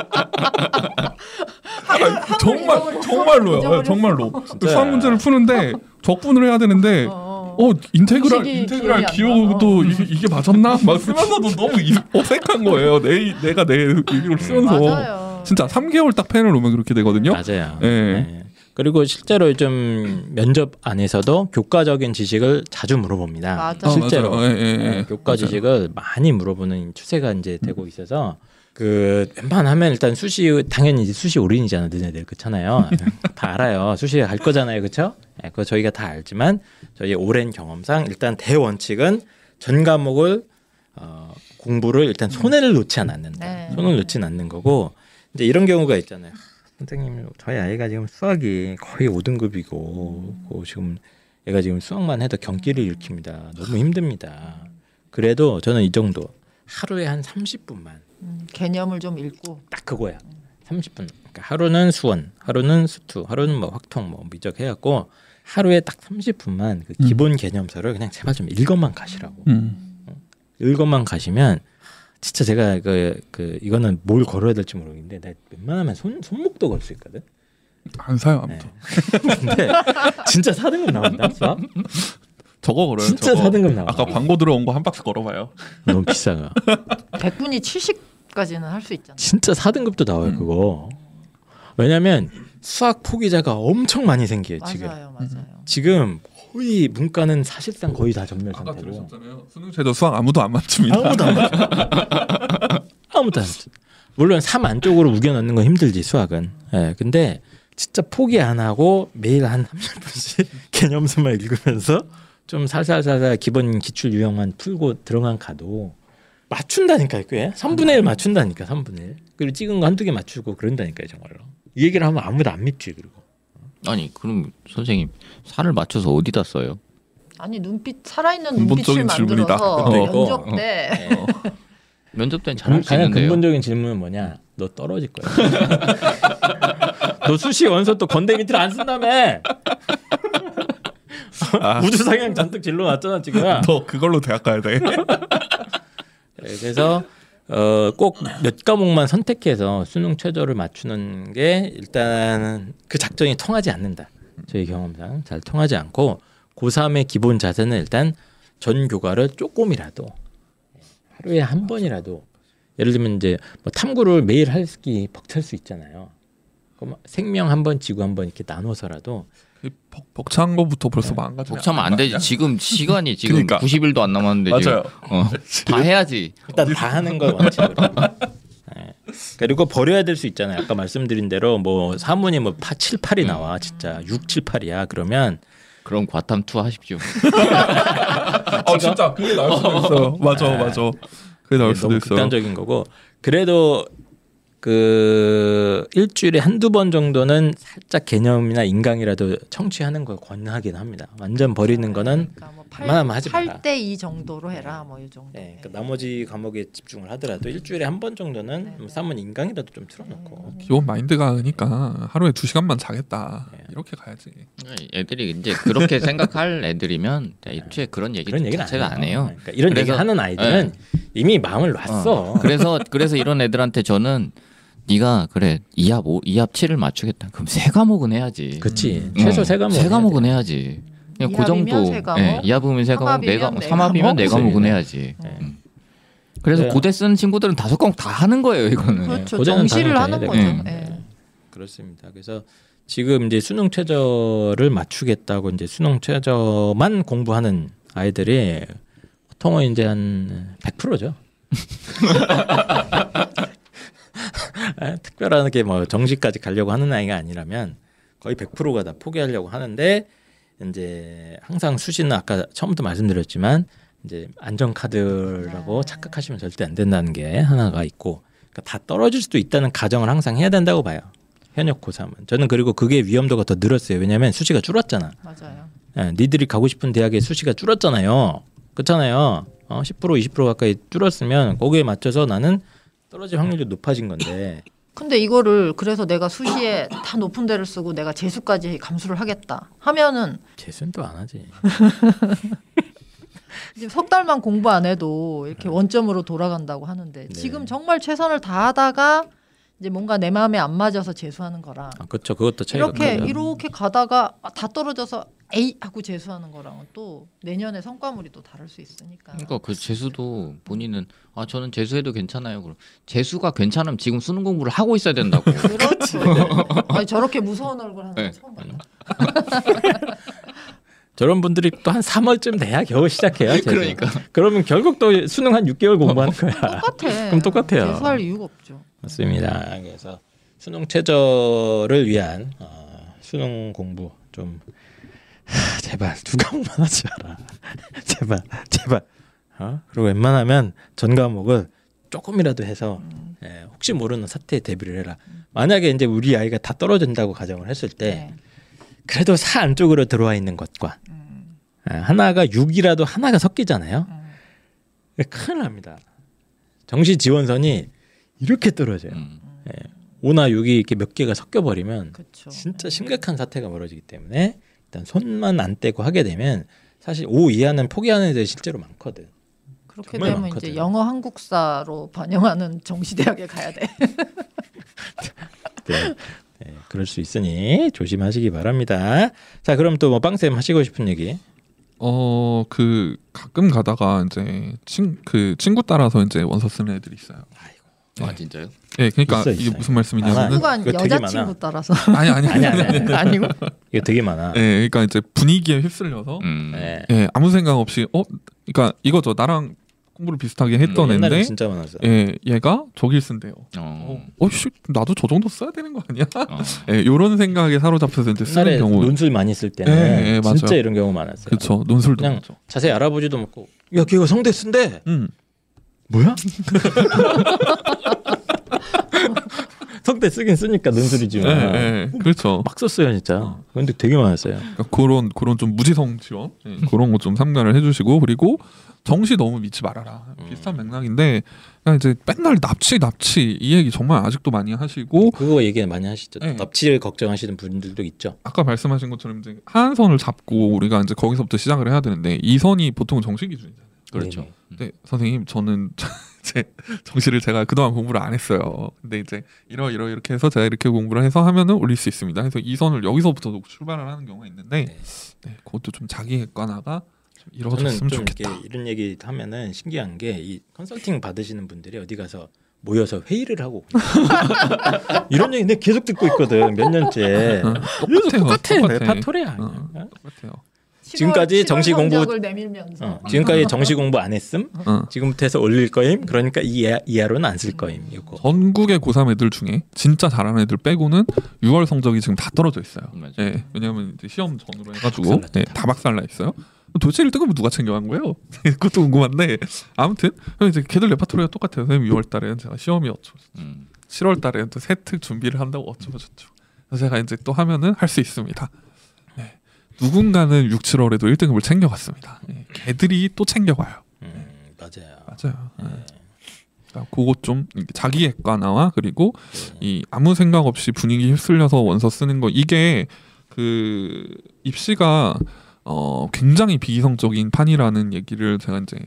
Speaker 3: 아니, 정말 정말로요. 네, 정말로
Speaker 1: 진짜.
Speaker 3: 수학 문제를 푸는데 적분을 해야 되는데
Speaker 2: 어.
Speaker 3: 어 인테그랄
Speaker 2: 공식이
Speaker 3: 인테그랄
Speaker 2: 기억이 안 어. 나.
Speaker 3: 기호도 이게, 이게 맞았나 *laughs* 막 쓰면서도 너무 이- 어색한 거예요. 내 내가 내 일기를 쓰면서
Speaker 2: 맞아요.
Speaker 3: 진짜 3개월 딱 펜을 놓으면 그렇게 되거든요.
Speaker 1: 맞아요.
Speaker 3: 예.
Speaker 1: 네. 그리고 실제로 좀 면접 안에서도 교과적인 지식을 자주 물어봅니다.
Speaker 2: 맞아요.
Speaker 3: 어,
Speaker 1: 실제로 네,
Speaker 3: 맞아요. 음. 예, 예, 예.
Speaker 1: 교과 지식을 많이 물어보는 추세가 이제 되고 있어서 그 웬만하면 일단 수시 당연히 이제 수시 올인이잖아 너네들
Speaker 3: *laughs*
Speaker 1: 그렇잖아요 다 알아요 수시에 갈 거잖아요 그렇죠 예, 그거 저희가 다 알지만 저희 오랜 경험상 일단 대원칙은 전 과목을 어, 공부를 일단 손해를 놓지 않는다
Speaker 2: 네.
Speaker 1: 손을 놓진 않는 거고 이제 이런 경우가 있잖아요 선생님 저희 아이가 지금 수학이 거의 5등급이고 그 지금 얘가 지금 수학만 해도 경기를 일으킵니다. 너무 힘듭니다. 그래도 저는 이 정도 하루에 한 30분만
Speaker 2: 음, 개념을 좀 읽고
Speaker 1: 딱 그거야. 30분. 그러니까 하루는 수원, 하루는 수투, 하루는 뭐 확통 뭐 미적 해갖고 하루에 딱 30분만 그 기본 개념서를 그냥 제발 좀 읽어만 가시라고.
Speaker 3: 음.
Speaker 1: 읽어만 가시면 진짜 제가 그, 그 이거는 뭘 걸어야 될지 모르겠는데 내가 웬만하면 손 손목도 걸 수 있거든. *laughs*
Speaker 3: 안 사요 아무튼.
Speaker 1: 근데 진짜 4등급 나온다. 수학?
Speaker 3: 저거 걸어요.
Speaker 1: 진짜
Speaker 3: 저거.
Speaker 1: 4등급 나와.
Speaker 3: 아까 광고 들어온 거 한 박스 걸어봐요.
Speaker 1: 너무 비싸가.
Speaker 2: 백분이 70까지는 할 수 있잖아요.
Speaker 1: 진짜 4등급도 나와요 그거. 왜냐면 수학 포기자가 엄청 많이 생겨요
Speaker 3: 예,
Speaker 1: 지금.
Speaker 2: 맞아요,
Speaker 3: 음.
Speaker 2: 맞아요.
Speaker 1: 지금 거의 문과는 사실상 거의 다 전멸
Speaker 3: 아까
Speaker 1: 상태고
Speaker 3: 들으셨잖아요. 수능 최저 수학 아무도 안 맞춥니다. *laughs*
Speaker 1: 아무도 안 맞죠. 아무도 안 맞죠. 물론 3 안쪽으로 우겨 넣는 건 힘들지 수학은. 예, 근데 진짜 포기 안 하고 매일 한 30분씩 *laughs* 개념서만 읽으면서 좀 살살살살 기본 기출 유형만 풀고 들어간 가도 맞춘다니까요 꽤 3분의 1 맞춘다니까 3분의 1 그리고 찍은 거 한두 개 맞추고 그런다니까요 정말로 이 얘기를 하면 아무도 안 믿지 그리고
Speaker 5: 아니 그럼 선생님 살을 맞춰서 어디다 써요?
Speaker 2: 아니 눈빛 살아있는
Speaker 3: 근본적인
Speaker 2: 눈빛을
Speaker 3: 질문이다.
Speaker 2: 만들어서
Speaker 3: 어.
Speaker 2: 면접 때
Speaker 1: 네.
Speaker 5: 면접 때는 잘할 수
Speaker 1: 가장
Speaker 5: 있는데요.
Speaker 1: 근본적인 질문은 뭐냐 너 떨어질 거야 *laughs* 너 수시 원서 또 건대 밑을 안 쓴다며 *laughs* 우주 상향 잔뜩 질러놨잖아 지금
Speaker 3: 너 그걸로 대학 가야
Speaker 1: *laughs*
Speaker 3: 돼.
Speaker 1: 네, 그래서 어, 꼭 몇 과목만 선택해서 수능 최저를 맞추는 게 일단 그 작전이 통하지 않는다. 저희 경험상 잘 통하지 않고 고3의 기본 자세는 일단 전 교과를 조금이라도 하루에 한 번이라도 예를 들면 이제 뭐 탐구를 매일 할기 벅찰 수 있잖아요. 그럼 생명 한 번, 지구 한 번 이렇게 나눠서라도
Speaker 3: 벅, 벅찬 거부터 벌써 아, 망가져.
Speaker 5: 복차면 안 되지. 지금 시간이 지금
Speaker 3: 그러니까.
Speaker 5: 90일도 안 남았는데
Speaker 3: 맞아요. *laughs*
Speaker 5: 지금 어, 다 해야지.
Speaker 1: 일단 다 하는 걸 원칙으로. 예. 그리고 버려야 될 수 있잖아요. 아까 말씀드린 대로 뭐 사문이 뭐 8, 7, 8이
Speaker 3: 음.
Speaker 1: 나와 진짜 6, 7, 8이야. 그러면
Speaker 5: 그럼 과탐 투 하십시오.
Speaker 3: 아 진짜 그게 나올 *laughs* 수도 있어. 맞아 맞아. 그게 나올 수도
Speaker 1: 너무
Speaker 3: 있어.
Speaker 1: 극단적인 거고 그래도 그 일주일에 한두 번 정도는 살짝 개념이나 인강이라도 청취하는 걸 권하긴 합니다. 완전 버리는 거는
Speaker 2: 그러니까 뭐
Speaker 1: 웬만하면 하지 마라.
Speaker 2: 8대2 정도로 해라 뭐 이 정도.
Speaker 1: 예, 그러니까 나머지 과목에 집중을 하더라도 일주일에 한 번
Speaker 5: 네.
Speaker 1: 정도는 뭐 사문 인강이라도 좀 틀어놓고
Speaker 5: 음.
Speaker 3: 기본 마인드가 그러니까 하루에 두 시간만 자겠다. 이렇게 가야지.
Speaker 5: 애들이 이제 그렇게 생각할 애들이면 네, 애초에 그런 얘기
Speaker 1: 그런 얘기는
Speaker 5: 자체가 안
Speaker 1: 안 해요.
Speaker 5: 해요.
Speaker 1: 그러니까 이런
Speaker 5: 그래서- 네.
Speaker 1: 얘기 하는 아이들은 이미 마음을 놨어.
Speaker 5: 어, 그래서 그래서 이런 애들한테 저는 네가 그래 2합 5, 2합 7을 맞추겠다. 그럼 세 과목은 해야지.
Speaker 1: 그치 최소
Speaker 5: 어,
Speaker 1: 세 과목
Speaker 5: 세 과목은 해야지. 그냥 그
Speaker 2: 이합이면
Speaker 5: 정도.
Speaker 2: 세 과목,
Speaker 5: 예, 이합이면 세 과목, 네
Speaker 2: 삼합이면
Speaker 5: 과목,
Speaker 2: 네
Speaker 5: 삼합이면 네
Speaker 1: 과목.
Speaker 5: 과목은 해야지.
Speaker 1: 네.
Speaker 5: 음. 그래서
Speaker 1: 네.
Speaker 5: 고대 쓰는 친구들은 다섯 과목 다 하는 거예요, 이거는.
Speaker 2: 그렇죠.
Speaker 1: 고전은
Speaker 2: 정시를
Speaker 1: 당연히
Speaker 2: 하는 거죠.
Speaker 5: 돼야
Speaker 2: 예.
Speaker 1: 돼. 그렇습니다. 그래서 지금 이제 수능 최저를 맞추겠다고 이제 수능 최저만 공부하는 아이들이 보통은 이제 한 100%죠. *laughs* 아, 특별한 게 뭐 정시까지 가려고 하는 아이가 아니라면 거의 100%가 다 포기하려고 하는데 이제 항상 수시는 아까 처음부터 말씀드렸지만 이제 안전 카드라고 착각하시면 절대 안 된다는 게 하나가 있고 그러니까 다 떨어질 수도 있다는 가정을 항상 해야 된다고 봐요. 현역 고3은 저는 그리고 그게 위험도가 더 늘었어요. 왜냐하면 수시가 줄었잖아.
Speaker 2: 맞아요.
Speaker 1: 예, 니들이 가고 싶은 대학의 수시가 줄었잖아요. 그렇잖아요. 어, 10% 20% 가까이 줄었으면 거기에 맞춰서 나는 떨어질 확률이 높아진 *laughs* 건데
Speaker 2: 근데 이거를 그래서 내가 수시에 다 높은 데를 쓰고 내가 재수까지 감수를 하겠다 하면은
Speaker 1: 재수는 또 안 하지.
Speaker 2: 지금 석 달만 공부 안 해도 이렇게 원점으로 돌아간다고 하는데
Speaker 1: 네.
Speaker 2: 지금 정말 최선을 다하다가 이제 뭔가 내 마음에 안 맞아서 재수하는 거랑
Speaker 1: 아, 그렇죠. 그것도 차이가
Speaker 2: 이렇게
Speaker 1: 크죠.
Speaker 2: 이렇게 가다가 다 떨어져서 에이 하고 재수하는 거랑은 또 내년에 성과물이 또 다를 수 있으니까.
Speaker 5: 그러니까 그 재수도 본인은 아 저는 재수해도 괜찮아요. 그럼 재수가 괜찮으면 지금 수능 공부를 하고
Speaker 1: *laughs*
Speaker 5: 있어야 된다고.
Speaker 2: 그렇죠. *laughs* 아니, 저렇게 무서운 얼굴 하는
Speaker 5: 네.
Speaker 2: 건 처음 봤네.
Speaker 1: 저런 분들이 또 한 3월쯤 돼야 겨우 *laughs* 시작해요. 재수. 그러니까. 그러면 결국 또 수능 한 6개월 공부하는 거야. *laughs*
Speaker 2: 똑같아.
Speaker 1: 그럼 똑같아요.
Speaker 2: 재수할 이유가 없죠.
Speaker 1: 맞습니다. 아, 그래서 수능 최저를 위한 어, 수능 공부 좀 하, 제발 두 과목만 하지 마라. *laughs* 제발 제발. 어? 그리고 웬만하면 전 과목을 조금이라도 해서 예, 혹시 모르는 사태에 대비를 해라. 만약에 이제 우리 아이가 다 떨어진다고 가정을 했을 때
Speaker 2: 네.
Speaker 1: 그래도 사 안쪽으로 들어와 있는 것과 예, 하나가 6이라도 하나가 섞이잖아요. 예,
Speaker 2: 음.
Speaker 1: 큰일 납니다. 정시 지원선이 이렇게 떨어져요. 예,
Speaker 5: 음.
Speaker 1: 오나 6이 이렇게 몇 개가 섞여 버리면
Speaker 2: 그렇죠.
Speaker 1: 진짜 심각한 사태가 벌어지기 때문에 일단 손만 안 떼고 하게 되면 사실 오 이하는 포기하는 애들이 실제로 많거든.
Speaker 2: 그렇게
Speaker 1: 정말
Speaker 2: 되면
Speaker 1: 많거든요.
Speaker 2: 이제 영어 한국사로 반영하는 정시대학에 가야 돼.
Speaker 1: 음, 네. 네, 그럴 수 있으니 조심하시기 바랍니다. 자, 그럼 또 뭐 빵쌤 하시고 싶은 얘기?
Speaker 3: 어 그 가끔 가다가 이제 친 그 친구 따라서 이제 원서 쓰는 애들이 있어요.
Speaker 5: 아 진짜요?
Speaker 3: 예, 그러니까
Speaker 1: 있어요,
Speaker 3: 이게
Speaker 1: 있어요.
Speaker 3: 무슨 말씀이냐면은
Speaker 2: 친구가
Speaker 1: 그거 되게 많아.
Speaker 2: 여자친구 따라서
Speaker 3: 아니 *laughs* 아니
Speaker 1: 아니 아니 아니.
Speaker 2: 아니고
Speaker 1: 이거 되게 많아.
Speaker 3: 예, 그러니까 이제 분위기에 휩쓸려서
Speaker 5: 음.
Speaker 1: 네.
Speaker 3: 예, 아무 생각 없이 어 그러니까 이거죠. 나랑 공부를 비슷하게 했던
Speaker 5: 음,
Speaker 1: 옛날에
Speaker 3: 애인데
Speaker 1: 진짜 많았어.
Speaker 3: 예, 얘가 저길 쓴대요.
Speaker 5: 어.
Speaker 3: 어, 씨, 나도 저 정도 써야 되는 거 아니야?
Speaker 5: 어.
Speaker 3: *laughs* 예, 요런 생각에 사로잡혀서 이제
Speaker 1: 옛날에
Speaker 3: 그 쓰는 경우.
Speaker 1: 논술 많이 쓸 때는
Speaker 3: 예, 예,
Speaker 1: 진짜
Speaker 3: 맞아요.
Speaker 1: 이런 경우 많았어요.
Speaker 3: 그렇죠. 논술도
Speaker 1: 그냥
Speaker 3: 그렇죠.
Speaker 1: 자세히 알아보지도 못고 야, 걔가 성대 쓴데.
Speaker 3: 음.
Speaker 1: 뭐야? *laughs* 성대 쓰긴 쓰니까
Speaker 3: 예,
Speaker 1: 논술이지만
Speaker 3: 예, 그렇죠.
Speaker 1: 막 썼어요 진짜.
Speaker 3: 어.
Speaker 1: 근데 되게 많았어요.
Speaker 3: 그러니까 그런 그런 좀 무지성 지원 예, 그런 거 좀 상관을 해주시고 그리고 정시 너무 믿지 말아라 비슷한 맥락인데 그냥 이제 맨날 납치 납치 이 얘기 정말 아직도 많이 하시고
Speaker 1: 그거 얘기 많이 하시죠.
Speaker 3: 네.
Speaker 1: 납치를 걱정하시는 분들도 있죠.
Speaker 3: 아까 말씀하신 것처럼 이제 한 선을 잡고 우리가 이제 거기서부터 시작을 해야 되는데 이 선이 보통 정시 기준이잖아요.
Speaker 5: 그렇죠.
Speaker 1: 네.
Speaker 3: 근데 선생님 저는 *laughs* 제 정시를 제가 그동안 공부를 안 했어요. 근데 이제 이러 이러 이렇게 해서 제가 이렇게 공부를 해서 하면은 올릴 수 있습니다. 그래서 이 선을 여기서부터 놓고 출발을 하는 경우가 있는데
Speaker 1: 네.
Speaker 3: 네, 그것도 좀 자기의 관화가 좀
Speaker 1: 저는
Speaker 3: 이루어졌으면
Speaker 1: 좀
Speaker 3: 좋겠다.
Speaker 1: 이렇게 이런 얘기 하면은 신기한 게 이 컨설팅 받으시는 분들이 어디 가서 모여서 회의를
Speaker 3: *laughs*
Speaker 1: 하고 이런 얘기 내가 계속 듣고 있거든 몇 년째.
Speaker 3: 응, 어? 똑같아요. 네,
Speaker 1: 똑같아. 파토리야.
Speaker 3: 응.
Speaker 1: 어?
Speaker 3: 똑같아요.
Speaker 1: *laughs* 지금까지 정시 공부-
Speaker 2: 성적을 내밀면서
Speaker 1: 어, 지금까지 정시 공부 안 했음.
Speaker 3: 응.
Speaker 1: 지금부터 해서 올릴 거임. 그러니까 이하, 이하로는 안 쓸 거임. 이거.
Speaker 3: 전국의 고3 애들 중에 진짜 잘하는 애들 빼고는 6월 성적이 지금 다 떨어져 있어요.
Speaker 5: 맞아요.
Speaker 3: 예, 왜냐하면 이제 시험 전으로
Speaker 1: 다
Speaker 3: 해가지고
Speaker 1: 박살났죠,
Speaker 3: 예, 다 박살나 있어요. 도대체 1등급 누가 챙겨간 거예요? *laughs* 그것도 궁금한데 아무튼 그럼 이제 걔들 레파토리가 똑같아요. 선생님 6월 달에는 제가 시험이 어쩌고
Speaker 5: 음.
Speaker 3: 7월 달에는 또 세특 준비를 한다고 어쩌고 저쩌고 그래서 제가 이제 또 하면은 할 수 있습니다. 예, 누군가는 6, 7월에도 1등급을 챙겨갔습니다. 예, 걔들이 또 챙겨가요.
Speaker 1: 음, 맞아요.
Speaker 3: 맞아요. 예. 그러니까 그것 좀 자기의 과나와 그리고 이 아무 생각 없이 분위기 휩쓸려서 원서 쓰는 거 이게 그 입시가 어 굉장히 비이성적인 판이라는 얘기를 제가 이제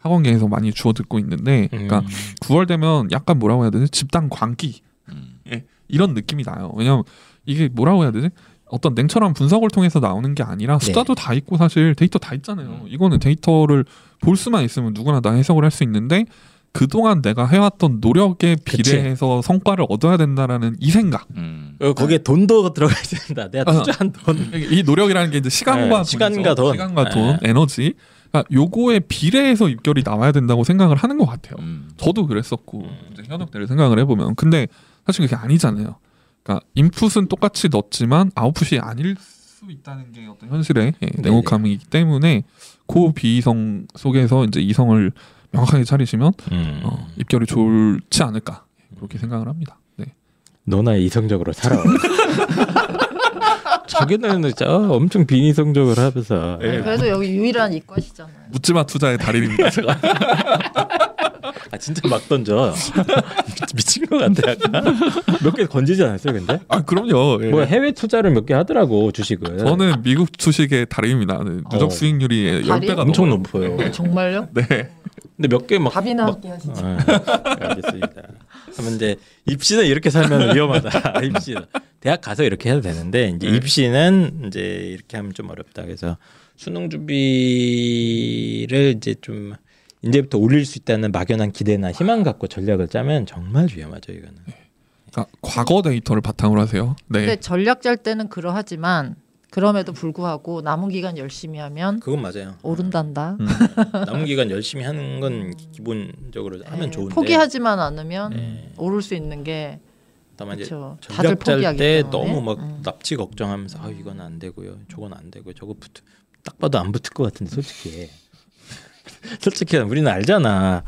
Speaker 3: 학원계에서 많이 주워 듣고 있는데
Speaker 1: 음.
Speaker 3: 그러니까 9월 되면 약간 뭐라고 해야 되지 집단 광기 예,
Speaker 5: 음.
Speaker 3: 이런 느낌이 나요. 왜냐면 이게 뭐라고 해야 되지? 어떤 냉철한 분석을 통해서 나오는 게
Speaker 1: 네.
Speaker 3: 아니라 숫자도 다 있고 사실 데이터 다 있잖아요. 이거는 데이터를 볼 수만 있으면 누구나 다 해석을 할 수 있는데 그동안 내가 해왔던 노력에
Speaker 1: 그치.
Speaker 3: 비례해서 성과를 얻어야 된다라는 이 생각.
Speaker 5: 음.
Speaker 1: 어, 거기에 돈도 들어가 있습니다. 내가
Speaker 3: 어.
Speaker 1: 투자한 돈.
Speaker 3: 이 노력이라는 게
Speaker 1: 네,
Speaker 3: 이제 시간과
Speaker 1: 시간과
Speaker 3: 돈이죠.
Speaker 1: 돈.
Speaker 3: 시간과
Speaker 1: 네.
Speaker 3: 돈, 에너지. 그러니까 요거에 비례해서 입결이 나와야 된다고 생각을 하는 것 같아요.
Speaker 5: 음.
Speaker 3: 저도 그랬었고 이제 현역 때를 생각을 해보면 근데 사실 그게 아니잖아요. 그러니까 인풋은 똑같이 넣었지만 아웃풋이 아닐 수 있다는 게 어떤 현실의 예,
Speaker 1: 네,
Speaker 3: 냉혹함이기 때문에 고비이성 속에서 이제 이성을 명확하게 차리시면
Speaker 1: 음.
Speaker 3: 어, 입결이 좋지 않을까 그렇게 생각을 합니다. 네.
Speaker 1: 너나 이성적으로 살아. *laughs* 자기는 진짜 엄청 비니성적을 하면서
Speaker 3: 예.
Speaker 2: 그래도 여기 유일한 이과시잖아요.
Speaker 3: 묻지마 투자의 달인입니다.
Speaker 1: 아 진짜 막 던져 *laughs* 미- 미친 것 같아 약간 몇 개 건지지 않았어요 근데
Speaker 3: *laughs* 아 그럼요. 예.
Speaker 1: 뭐 해외 투자를 몇 개 하더라고 주식을
Speaker 3: 저는 미국 주식의 달인입니다. 네, 누적
Speaker 1: 어.
Speaker 3: 수익률이 예, 10배가
Speaker 1: 엄청 높아요
Speaker 2: 정말요?
Speaker 3: 네.
Speaker 1: 근데 몇 개막
Speaker 2: 밥이나 할게 하시죠.
Speaker 1: 예, 알겠습니다 그러면 이제 입시는 이렇게 살면 위험하다 *laughs* 입시는 대학 가서 이렇게 해도 되는데 이제
Speaker 3: 네.
Speaker 1: 입시는 이제 이렇게 하면 좀 어렵다 그래서 수능 준비를 이제 좀 이제부터 올릴 수 있다는 막연한 기대나 희망 갖고 전략을 짜면 정말 위험하죠 이거는
Speaker 3: 그러니까 과거 데이터를 바탕으로 하세요. 네.
Speaker 1: 그렇죠.
Speaker 2: 근데 전략 짤 때는 그러하지만 그럼에도 불구하고 남은 기간 열심히 하면
Speaker 1: 그건 맞아요
Speaker 2: 오른단다.
Speaker 1: 음, 어? 남은 기간 열심히 하는 건 기- 기본적으로 하면
Speaker 2: 네,
Speaker 1: 좋은데
Speaker 2: 포기하지만 않으면
Speaker 1: 네.
Speaker 2: 오를 수 있는 게
Speaker 1: 다만 이제
Speaker 2: 그렇죠. 다들
Speaker 1: 전략 짤
Speaker 2: 포기하기
Speaker 1: 때
Speaker 2: 때문에.
Speaker 1: 너무 막
Speaker 2: 음.
Speaker 1: 납치 걱정하면서 아 이건 안 되고요, 저건 안 되고 저거 붙, 딱 봐도 안 붙을 것 같은데 솔직히 *laughs* 솔직히 우리는 알잖아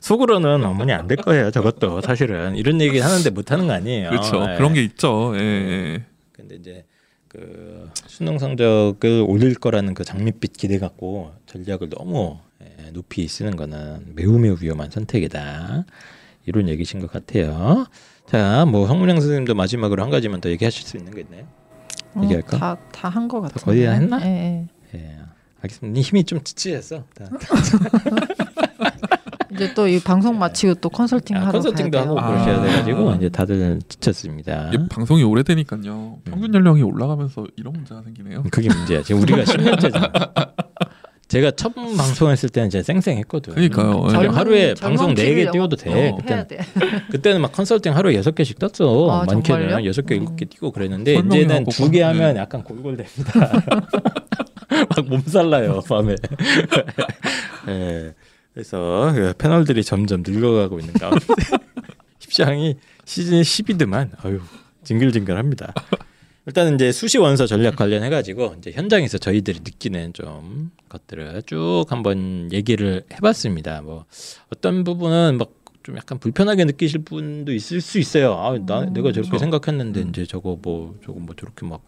Speaker 1: 속으로는 어머니 안 될 거예요 저것도 사실은 이런 얘기 하는데 못 하는 거 아니에요.
Speaker 3: 그렇죠.
Speaker 1: 예.
Speaker 3: 그런 게 있죠. 예, 예.
Speaker 1: 근데 이제 그 수능 성적을 올릴 거라는 그 장밋빛 기대 갖고 전략을 너무 예, 높이 쓰는 거는 매우 매우 위험한 선택이다. 이런 얘기신 것 같아요. 자, 뭐 성문영 선생님도 마지막으로 한 가지만 더 얘기하실 수 있는 게 있나요? 얘기할까?
Speaker 2: 어, 다다 한 거 같아요.
Speaker 1: 거의 다 했나?
Speaker 2: 예, 예.
Speaker 1: 예. 알겠습니다. 힘이 좀 지치셨어. 다. 아,
Speaker 2: 이제 또 이 방송 마치고 또 컨설팅
Speaker 1: 아,
Speaker 2: 하러
Speaker 1: 컨설팅도
Speaker 2: 가야
Speaker 1: 하고
Speaker 2: 돼요.
Speaker 3: 아.
Speaker 1: 그러셔야 돼가지고 이제 다들 지쳤습니다.
Speaker 3: 이게 방송이 오래되니까요. 평균 연령이 올라가면서 이런 문제가 생기네요.
Speaker 1: 그게 문제야. 지금 우리가 10년째잖아. 제가 처음 방송했을 때는 진짜 쌩쌩했거든.
Speaker 3: 그러니까요. 예.
Speaker 2: 젊은-
Speaker 1: 하루에
Speaker 2: 아, 젊은 어.
Speaker 1: 방송 네 개
Speaker 2: 피를
Speaker 1: 띄워도 돼.
Speaker 3: 영업해야
Speaker 2: 해야
Speaker 1: 그때는,
Speaker 2: 돼.
Speaker 1: 그때는 막 컨설팅 하루에 여섯 개씩 떴어.
Speaker 2: 아,
Speaker 1: 많게는
Speaker 2: 정말요? 음.
Speaker 1: 여섯 개, 일곱 개 띄고 그랬는데
Speaker 3: 설명이
Speaker 1: 이제는
Speaker 3: 하고
Speaker 1: 두 개
Speaker 3: 막,
Speaker 1: 하면
Speaker 3: 네.
Speaker 1: 약간 골골됩니다. *laughs* 막 몸살나요 밤에. *laughs* 예. 그래서 그 패널들이 점점 늙어가고 있는 가운데 *laughs* 입장이 시즌 10이드만 아유 징글징글합니다. 일단 은 이제 수시 원서 전략 관련해 가지고 이제 현장에서 저희들이 느끼는 좀 것들을 쭉 한번 얘기를 해봤습니다. 뭐 어떤 부분은 막 좀 약간 불편하게 느끼실 분도 있을 수 있어요. 아, 나
Speaker 2: 음,
Speaker 1: 내가 저렇게
Speaker 2: 그렇죠.
Speaker 1: 생각했는데 이제 저거 뭐 저거 뭐 저렇게 막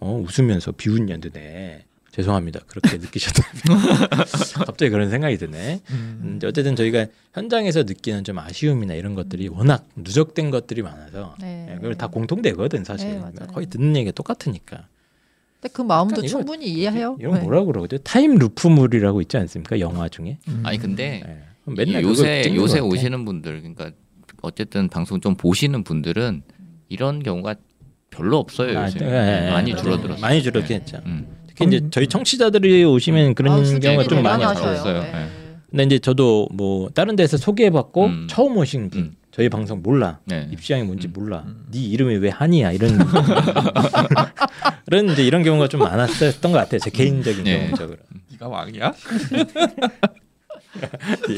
Speaker 1: 어, 웃으면서 비운 년드네. 죄송합니다.
Speaker 2: *laughs*
Speaker 1: 그렇게 느끼셨다면 *laughs* 갑자기 그런 생각이 드네. 음, 어쨌든 저희가 현장에서 느끼는 좀 아쉬움이나 이런 것들이 워낙 누적된 것들이 많아서
Speaker 2: 음. 네.
Speaker 1: 예, 그걸 다 공통되거든 사실.
Speaker 2: 네, 맞아요.
Speaker 1: 거의 듣는 얘기가 똑같으니까.
Speaker 2: 근데 그 마음도
Speaker 1: 약간 이거-
Speaker 2: 충분히 이해해요.
Speaker 1: 이런
Speaker 2: 네.
Speaker 1: 뭐라 그러죠? 타임 루프물이라고 있지 않습니까? 영화 중에.
Speaker 2: 음.
Speaker 5: 아니 근데
Speaker 1: 예.
Speaker 5: 이
Speaker 1: 그걸
Speaker 5: 요새
Speaker 1: 찍는
Speaker 5: 요새
Speaker 1: 것 같아.
Speaker 5: 오시는 분들 그러니까 어쨌든 방송 좀 보시는 분들은 이런 경우가 별로 없어요
Speaker 1: 아,
Speaker 5: 네, 요새
Speaker 1: 예, 예, 예.
Speaker 5: 많이
Speaker 2: 그렇죠.
Speaker 5: 줄어들었어요.
Speaker 1: 많이 줄어들긴 했죠.
Speaker 5: 음.
Speaker 1: 특히 이제 저희 청취자들이 오시면 그런
Speaker 2: 아우,
Speaker 1: 경우가
Speaker 2: 수준이
Speaker 1: 좀 많이
Speaker 2: 대단하셔요.
Speaker 1: 없어요.
Speaker 5: 없어요.
Speaker 2: 네.
Speaker 1: 근데 이제 저도 뭐 다른 데서 소개해받고
Speaker 5: 음.
Speaker 1: 처음 오신 분
Speaker 5: 음.
Speaker 1: 저희 방송 몰라
Speaker 5: 네.
Speaker 1: 입시양이 뭔지
Speaker 5: 음.
Speaker 1: 몰라
Speaker 3: 음.
Speaker 1: 네 이름이 왜 한이야 이런 *laughs* 이런 이제 이런 경우가 좀 많았었던 것 같아요 제 개인적인
Speaker 5: 예.
Speaker 1: 경험적으로
Speaker 3: 네가 왕이야?
Speaker 1: *laughs* 예.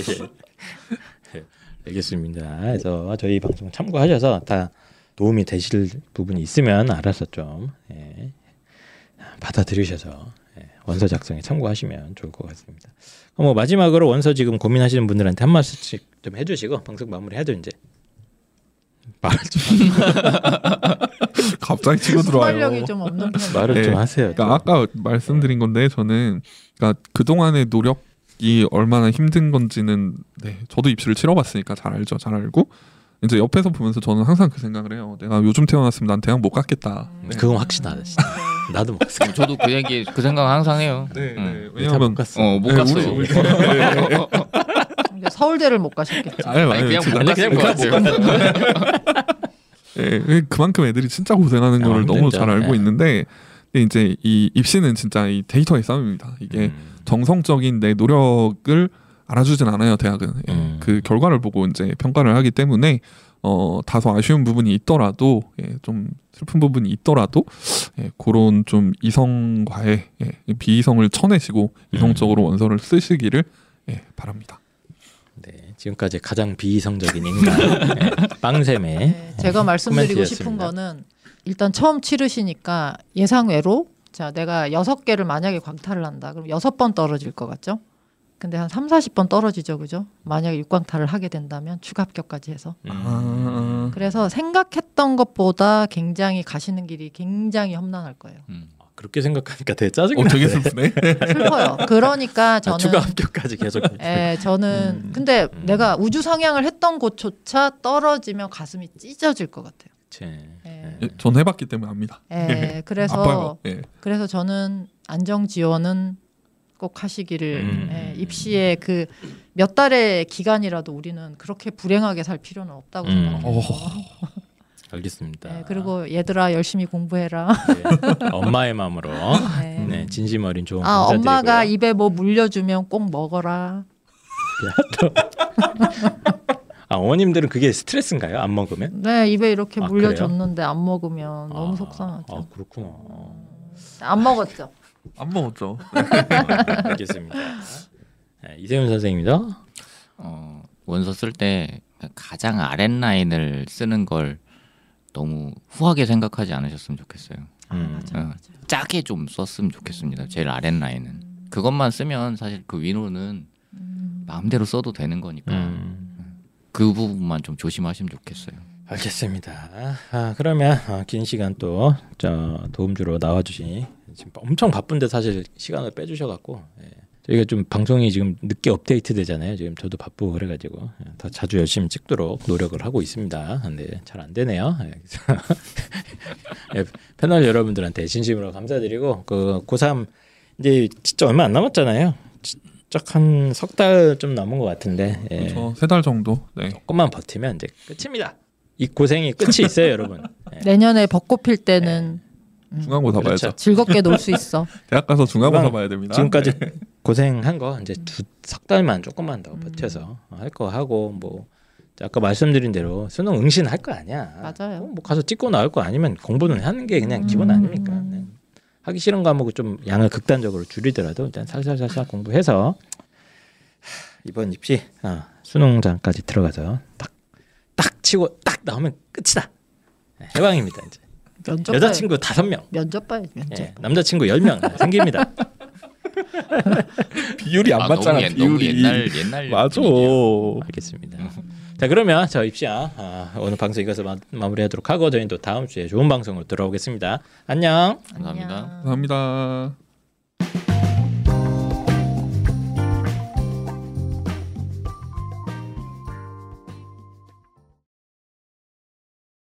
Speaker 1: 예. 알겠습니다 그래서 저희 방송 참고하셔서 다 도움이 되실 부분이 있으면 알아서 좀 예. 받아들이셔서 예. 원서 작성에 참고하시면 좋을 것 같습니다 그럼 뭐 마지막으로 원서 지금 고민하시는 분들한테 한 말씀씩 좀 해주시고 방송 마무리해도 이제 말을 좀
Speaker 3: *laughs* 갑자기 치고 들어와요.
Speaker 2: 순발력이 좀 없는 편.
Speaker 1: 말을
Speaker 3: 네.
Speaker 1: 좀 하세요.
Speaker 3: 그러니까 아까 말씀드린 건데 저는 그러니까 그 동안의 노력이 얼마나 힘든 건지는 네, 저도 입시를 치러봤으니까 잘 알죠, 잘 알고 이제 옆에서 보면서 저는 항상 그 생각을 해요. 내가 요즘 태어났으면 난 대학 못 갔겠다.
Speaker 2: 음.
Speaker 3: 네.
Speaker 1: 그건 확실하다 진짜. *laughs* 나도 못 갔어.
Speaker 5: 저도 그 얘기 그 생각 항상 해요.
Speaker 3: 네, 네.
Speaker 5: 음.
Speaker 3: 왜냐하면
Speaker 1: 못 갔어.
Speaker 5: 어못
Speaker 3: 네,
Speaker 5: 갔어요.
Speaker 3: 우리-
Speaker 2: 근데 서울대를 못 가셨겠죠.
Speaker 3: 아니, 아니,
Speaker 5: 아니, 그냥
Speaker 3: 진짜.
Speaker 5: 못
Speaker 1: 아니, 그냥
Speaker 5: 갔을 것
Speaker 1: 못
Speaker 5: 같아요.
Speaker 3: 예, 그만큼 애들이 진짜 고생하는
Speaker 1: 아,
Speaker 3: 거를 너무
Speaker 1: 힘들죠.
Speaker 3: 잘 알고
Speaker 1: 예.
Speaker 3: 있는데 근데 이제 이 입시는 진짜 이 데이터의 싸움입니다. 이게
Speaker 1: 음.
Speaker 3: 정성적인 내 노력을 알아주진 않아요 대학은 예,
Speaker 1: 음.
Speaker 3: 그 결과를 보고 이제 평가를 하기 때문에 어 다소 아쉬운 부분이 있더라도 예, 좀 슬픈 부분이 있더라도 예, 그런 좀 이성과의 예, 비이성을 쳐내시고
Speaker 1: 음.
Speaker 3: 이성적으로 원서를 쓰시기를 예, 바랍니다. 예.
Speaker 1: 네, 지금까지 가장 비이성적인 인간 네, 빵샘의
Speaker 2: 네, 제가 말씀드리고 싶은
Speaker 1: 어, 코멘트였습니다.
Speaker 2: 거는 일단 처음 치르시니까 예상외로 자 내가 여섯 개를 만약에 광탈을 한다 그럼 여섯 번 떨어질 것 같죠? 근데 한 3, 40번 떨어지죠. 그죠? 만약에 육광타를 하게 된다면 추가 합격까지 해서.
Speaker 1: 음.
Speaker 3: 아,
Speaker 2: 그래서 생각했던 것보다 굉장히 가시는 길이 굉장히 험난할
Speaker 1: *laughs*
Speaker 2: 거예요.
Speaker 5: 음.
Speaker 1: 그렇게 생각하니까 되게 짜증나.
Speaker 3: 어, 되게 슬프네.
Speaker 2: 슬퍼요. 그러니까 저는
Speaker 1: 아, 추가 합격까지
Speaker 2: *laughs*
Speaker 1: 계속.
Speaker 2: 예, 저는 근데
Speaker 1: 음.
Speaker 2: 내가 우주 상향을 했던 곳조차 떨어지면 가슴이 찢어질 것 같아요.
Speaker 1: 그치.
Speaker 2: 예.
Speaker 3: 예, 전 해봤기 때문에 압니다.
Speaker 1: 네.
Speaker 2: 예,
Speaker 1: *laughs*
Speaker 2: 그래서
Speaker 3: 아파요. 예.
Speaker 2: 그래서 저는 안정 지원은 꼭 하시기를
Speaker 1: 음.
Speaker 2: 예, 입시의 그 몇 달의 기간이라도 우리는 그렇게 불행하게 살 필요는 없다고
Speaker 1: 음.
Speaker 2: 생각해요.
Speaker 3: 어,
Speaker 1: *laughs* 알겠습니다.
Speaker 2: 예, 그리고 얘들아 열심히 공부해라.
Speaker 1: 네. 엄마의
Speaker 2: *laughs*
Speaker 1: 마음으로 *laughs*
Speaker 2: 예.
Speaker 1: 네, 진심 어린 좋은
Speaker 2: 아
Speaker 1: 감사드리고요.
Speaker 2: 엄마가 입에 뭐 물려주면 꼭 먹어라.
Speaker 1: 아 어머님들은 그게 스트레스인가요? 안 먹으면?
Speaker 2: 네 입에 이렇게
Speaker 1: 아,
Speaker 2: 물려줬는데 안 먹으면 너무
Speaker 1: 아,
Speaker 2: 속상하죠.
Speaker 1: 아 그렇구나. *laughs* 어,
Speaker 2: 안 먹었죠.
Speaker 3: 안 먹었죠.
Speaker 1: 알겠습니다. 네, 이세훈 선생입니다.
Speaker 5: 어, 원서 쓸 때 가장 아랫 라인을 쓰는 걸 너무 후하게 생각하지 않으셨으면 좋겠어요.
Speaker 1: 음.
Speaker 5: 어, 짜게 좀 썼으면 좋겠습니다. 제일 아랫 라인은 그것만 쓰면 사실 그 위로는 마음대로 써도 되는
Speaker 2: 네.
Speaker 5: 거니까
Speaker 1: 음,
Speaker 5: 그 부분만 좀 조심하시면 좋겠어요.
Speaker 1: 알겠습니다. 아, 그러면 아, 긴 시간 또 저 도움 주러 나와주신 지금 엄청 바쁜데 사실 시간을 빼주셔갖고 예. 저희가 좀 방송이 지금 늦게 업데이트 되잖아요. 지금 저도 바쁘고 그래가지고 예, 더 자주 열심히 찍도록 노력을 하고 있습니다. 근데 잘 안 되네요. 예, *laughs* 그래서 예, 패널 여러분들한테 진심으로 감사드리고 그 고3 이제 진짜 얼마 안 남았잖아요. 쫙 한 석 달 좀 남은 것 같은데 예.
Speaker 3: 저세 달 정도. 네.
Speaker 1: 조금만 버티면 이제 끝입니다. 이 고생이 끝이 있어요, 여러분. 예.
Speaker 2: 내년에 벚꽃 필 때는
Speaker 1: 네.
Speaker 3: 중간고사
Speaker 1: 그렇죠.
Speaker 3: 봐야죠.
Speaker 2: 즐겁게 놀 수 있어.
Speaker 3: 대학 가서 중간고사
Speaker 1: 중간-
Speaker 3: 봐야 됩니다.
Speaker 1: 지금까지 고생한 거 이제 두 석 달만 조금만 더 버텨서 할 거 하고 뭐 아까 말씀드린 대로 수능 응신 할 거 아니야.
Speaker 2: 맞아요.
Speaker 1: 어, 뭐 가서 찍고 나올 거 아니면 공부는 하는 게 그냥 기본
Speaker 2: 음.
Speaker 1: 아닙니까? 네. 하기 싫은 과목을 좀 양을 극단적으로 줄이더라도 일단 살살살살 공부해서 하, 이번 입시 아, 수능장까지 들어가서 딱 딱 치고 딱 나오면 끝이다. 네, 해방입니다 이제.
Speaker 2: 면접
Speaker 1: 여자친구 다섯 명.
Speaker 2: 봐야- 면접 봐야지. 면접.
Speaker 1: 예, 남자친구 10명 생깁니다.
Speaker 3: 비율이 안 맞잖아.
Speaker 5: 너무, 옛-
Speaker 3: 비율이.
Speaker 5: 너무 옛날
Speaker 3: *laughs*
Speaker 5: 옛날
Speaker 3: 맞아.
Speaker 5: 느낌이네요.
Speaker 1: 알겠습니다. 자 그러면 저 입시야 아, 오늘 방송 이것을 마, 마무리하도록 하고 저희는 또 다음 주에 좋은 방송으로 돌아오겠습니다. 안녕.
Speaker 5: 감사합니다.
Speaker 2: 안녕.
Speaker 3: 감사합니다.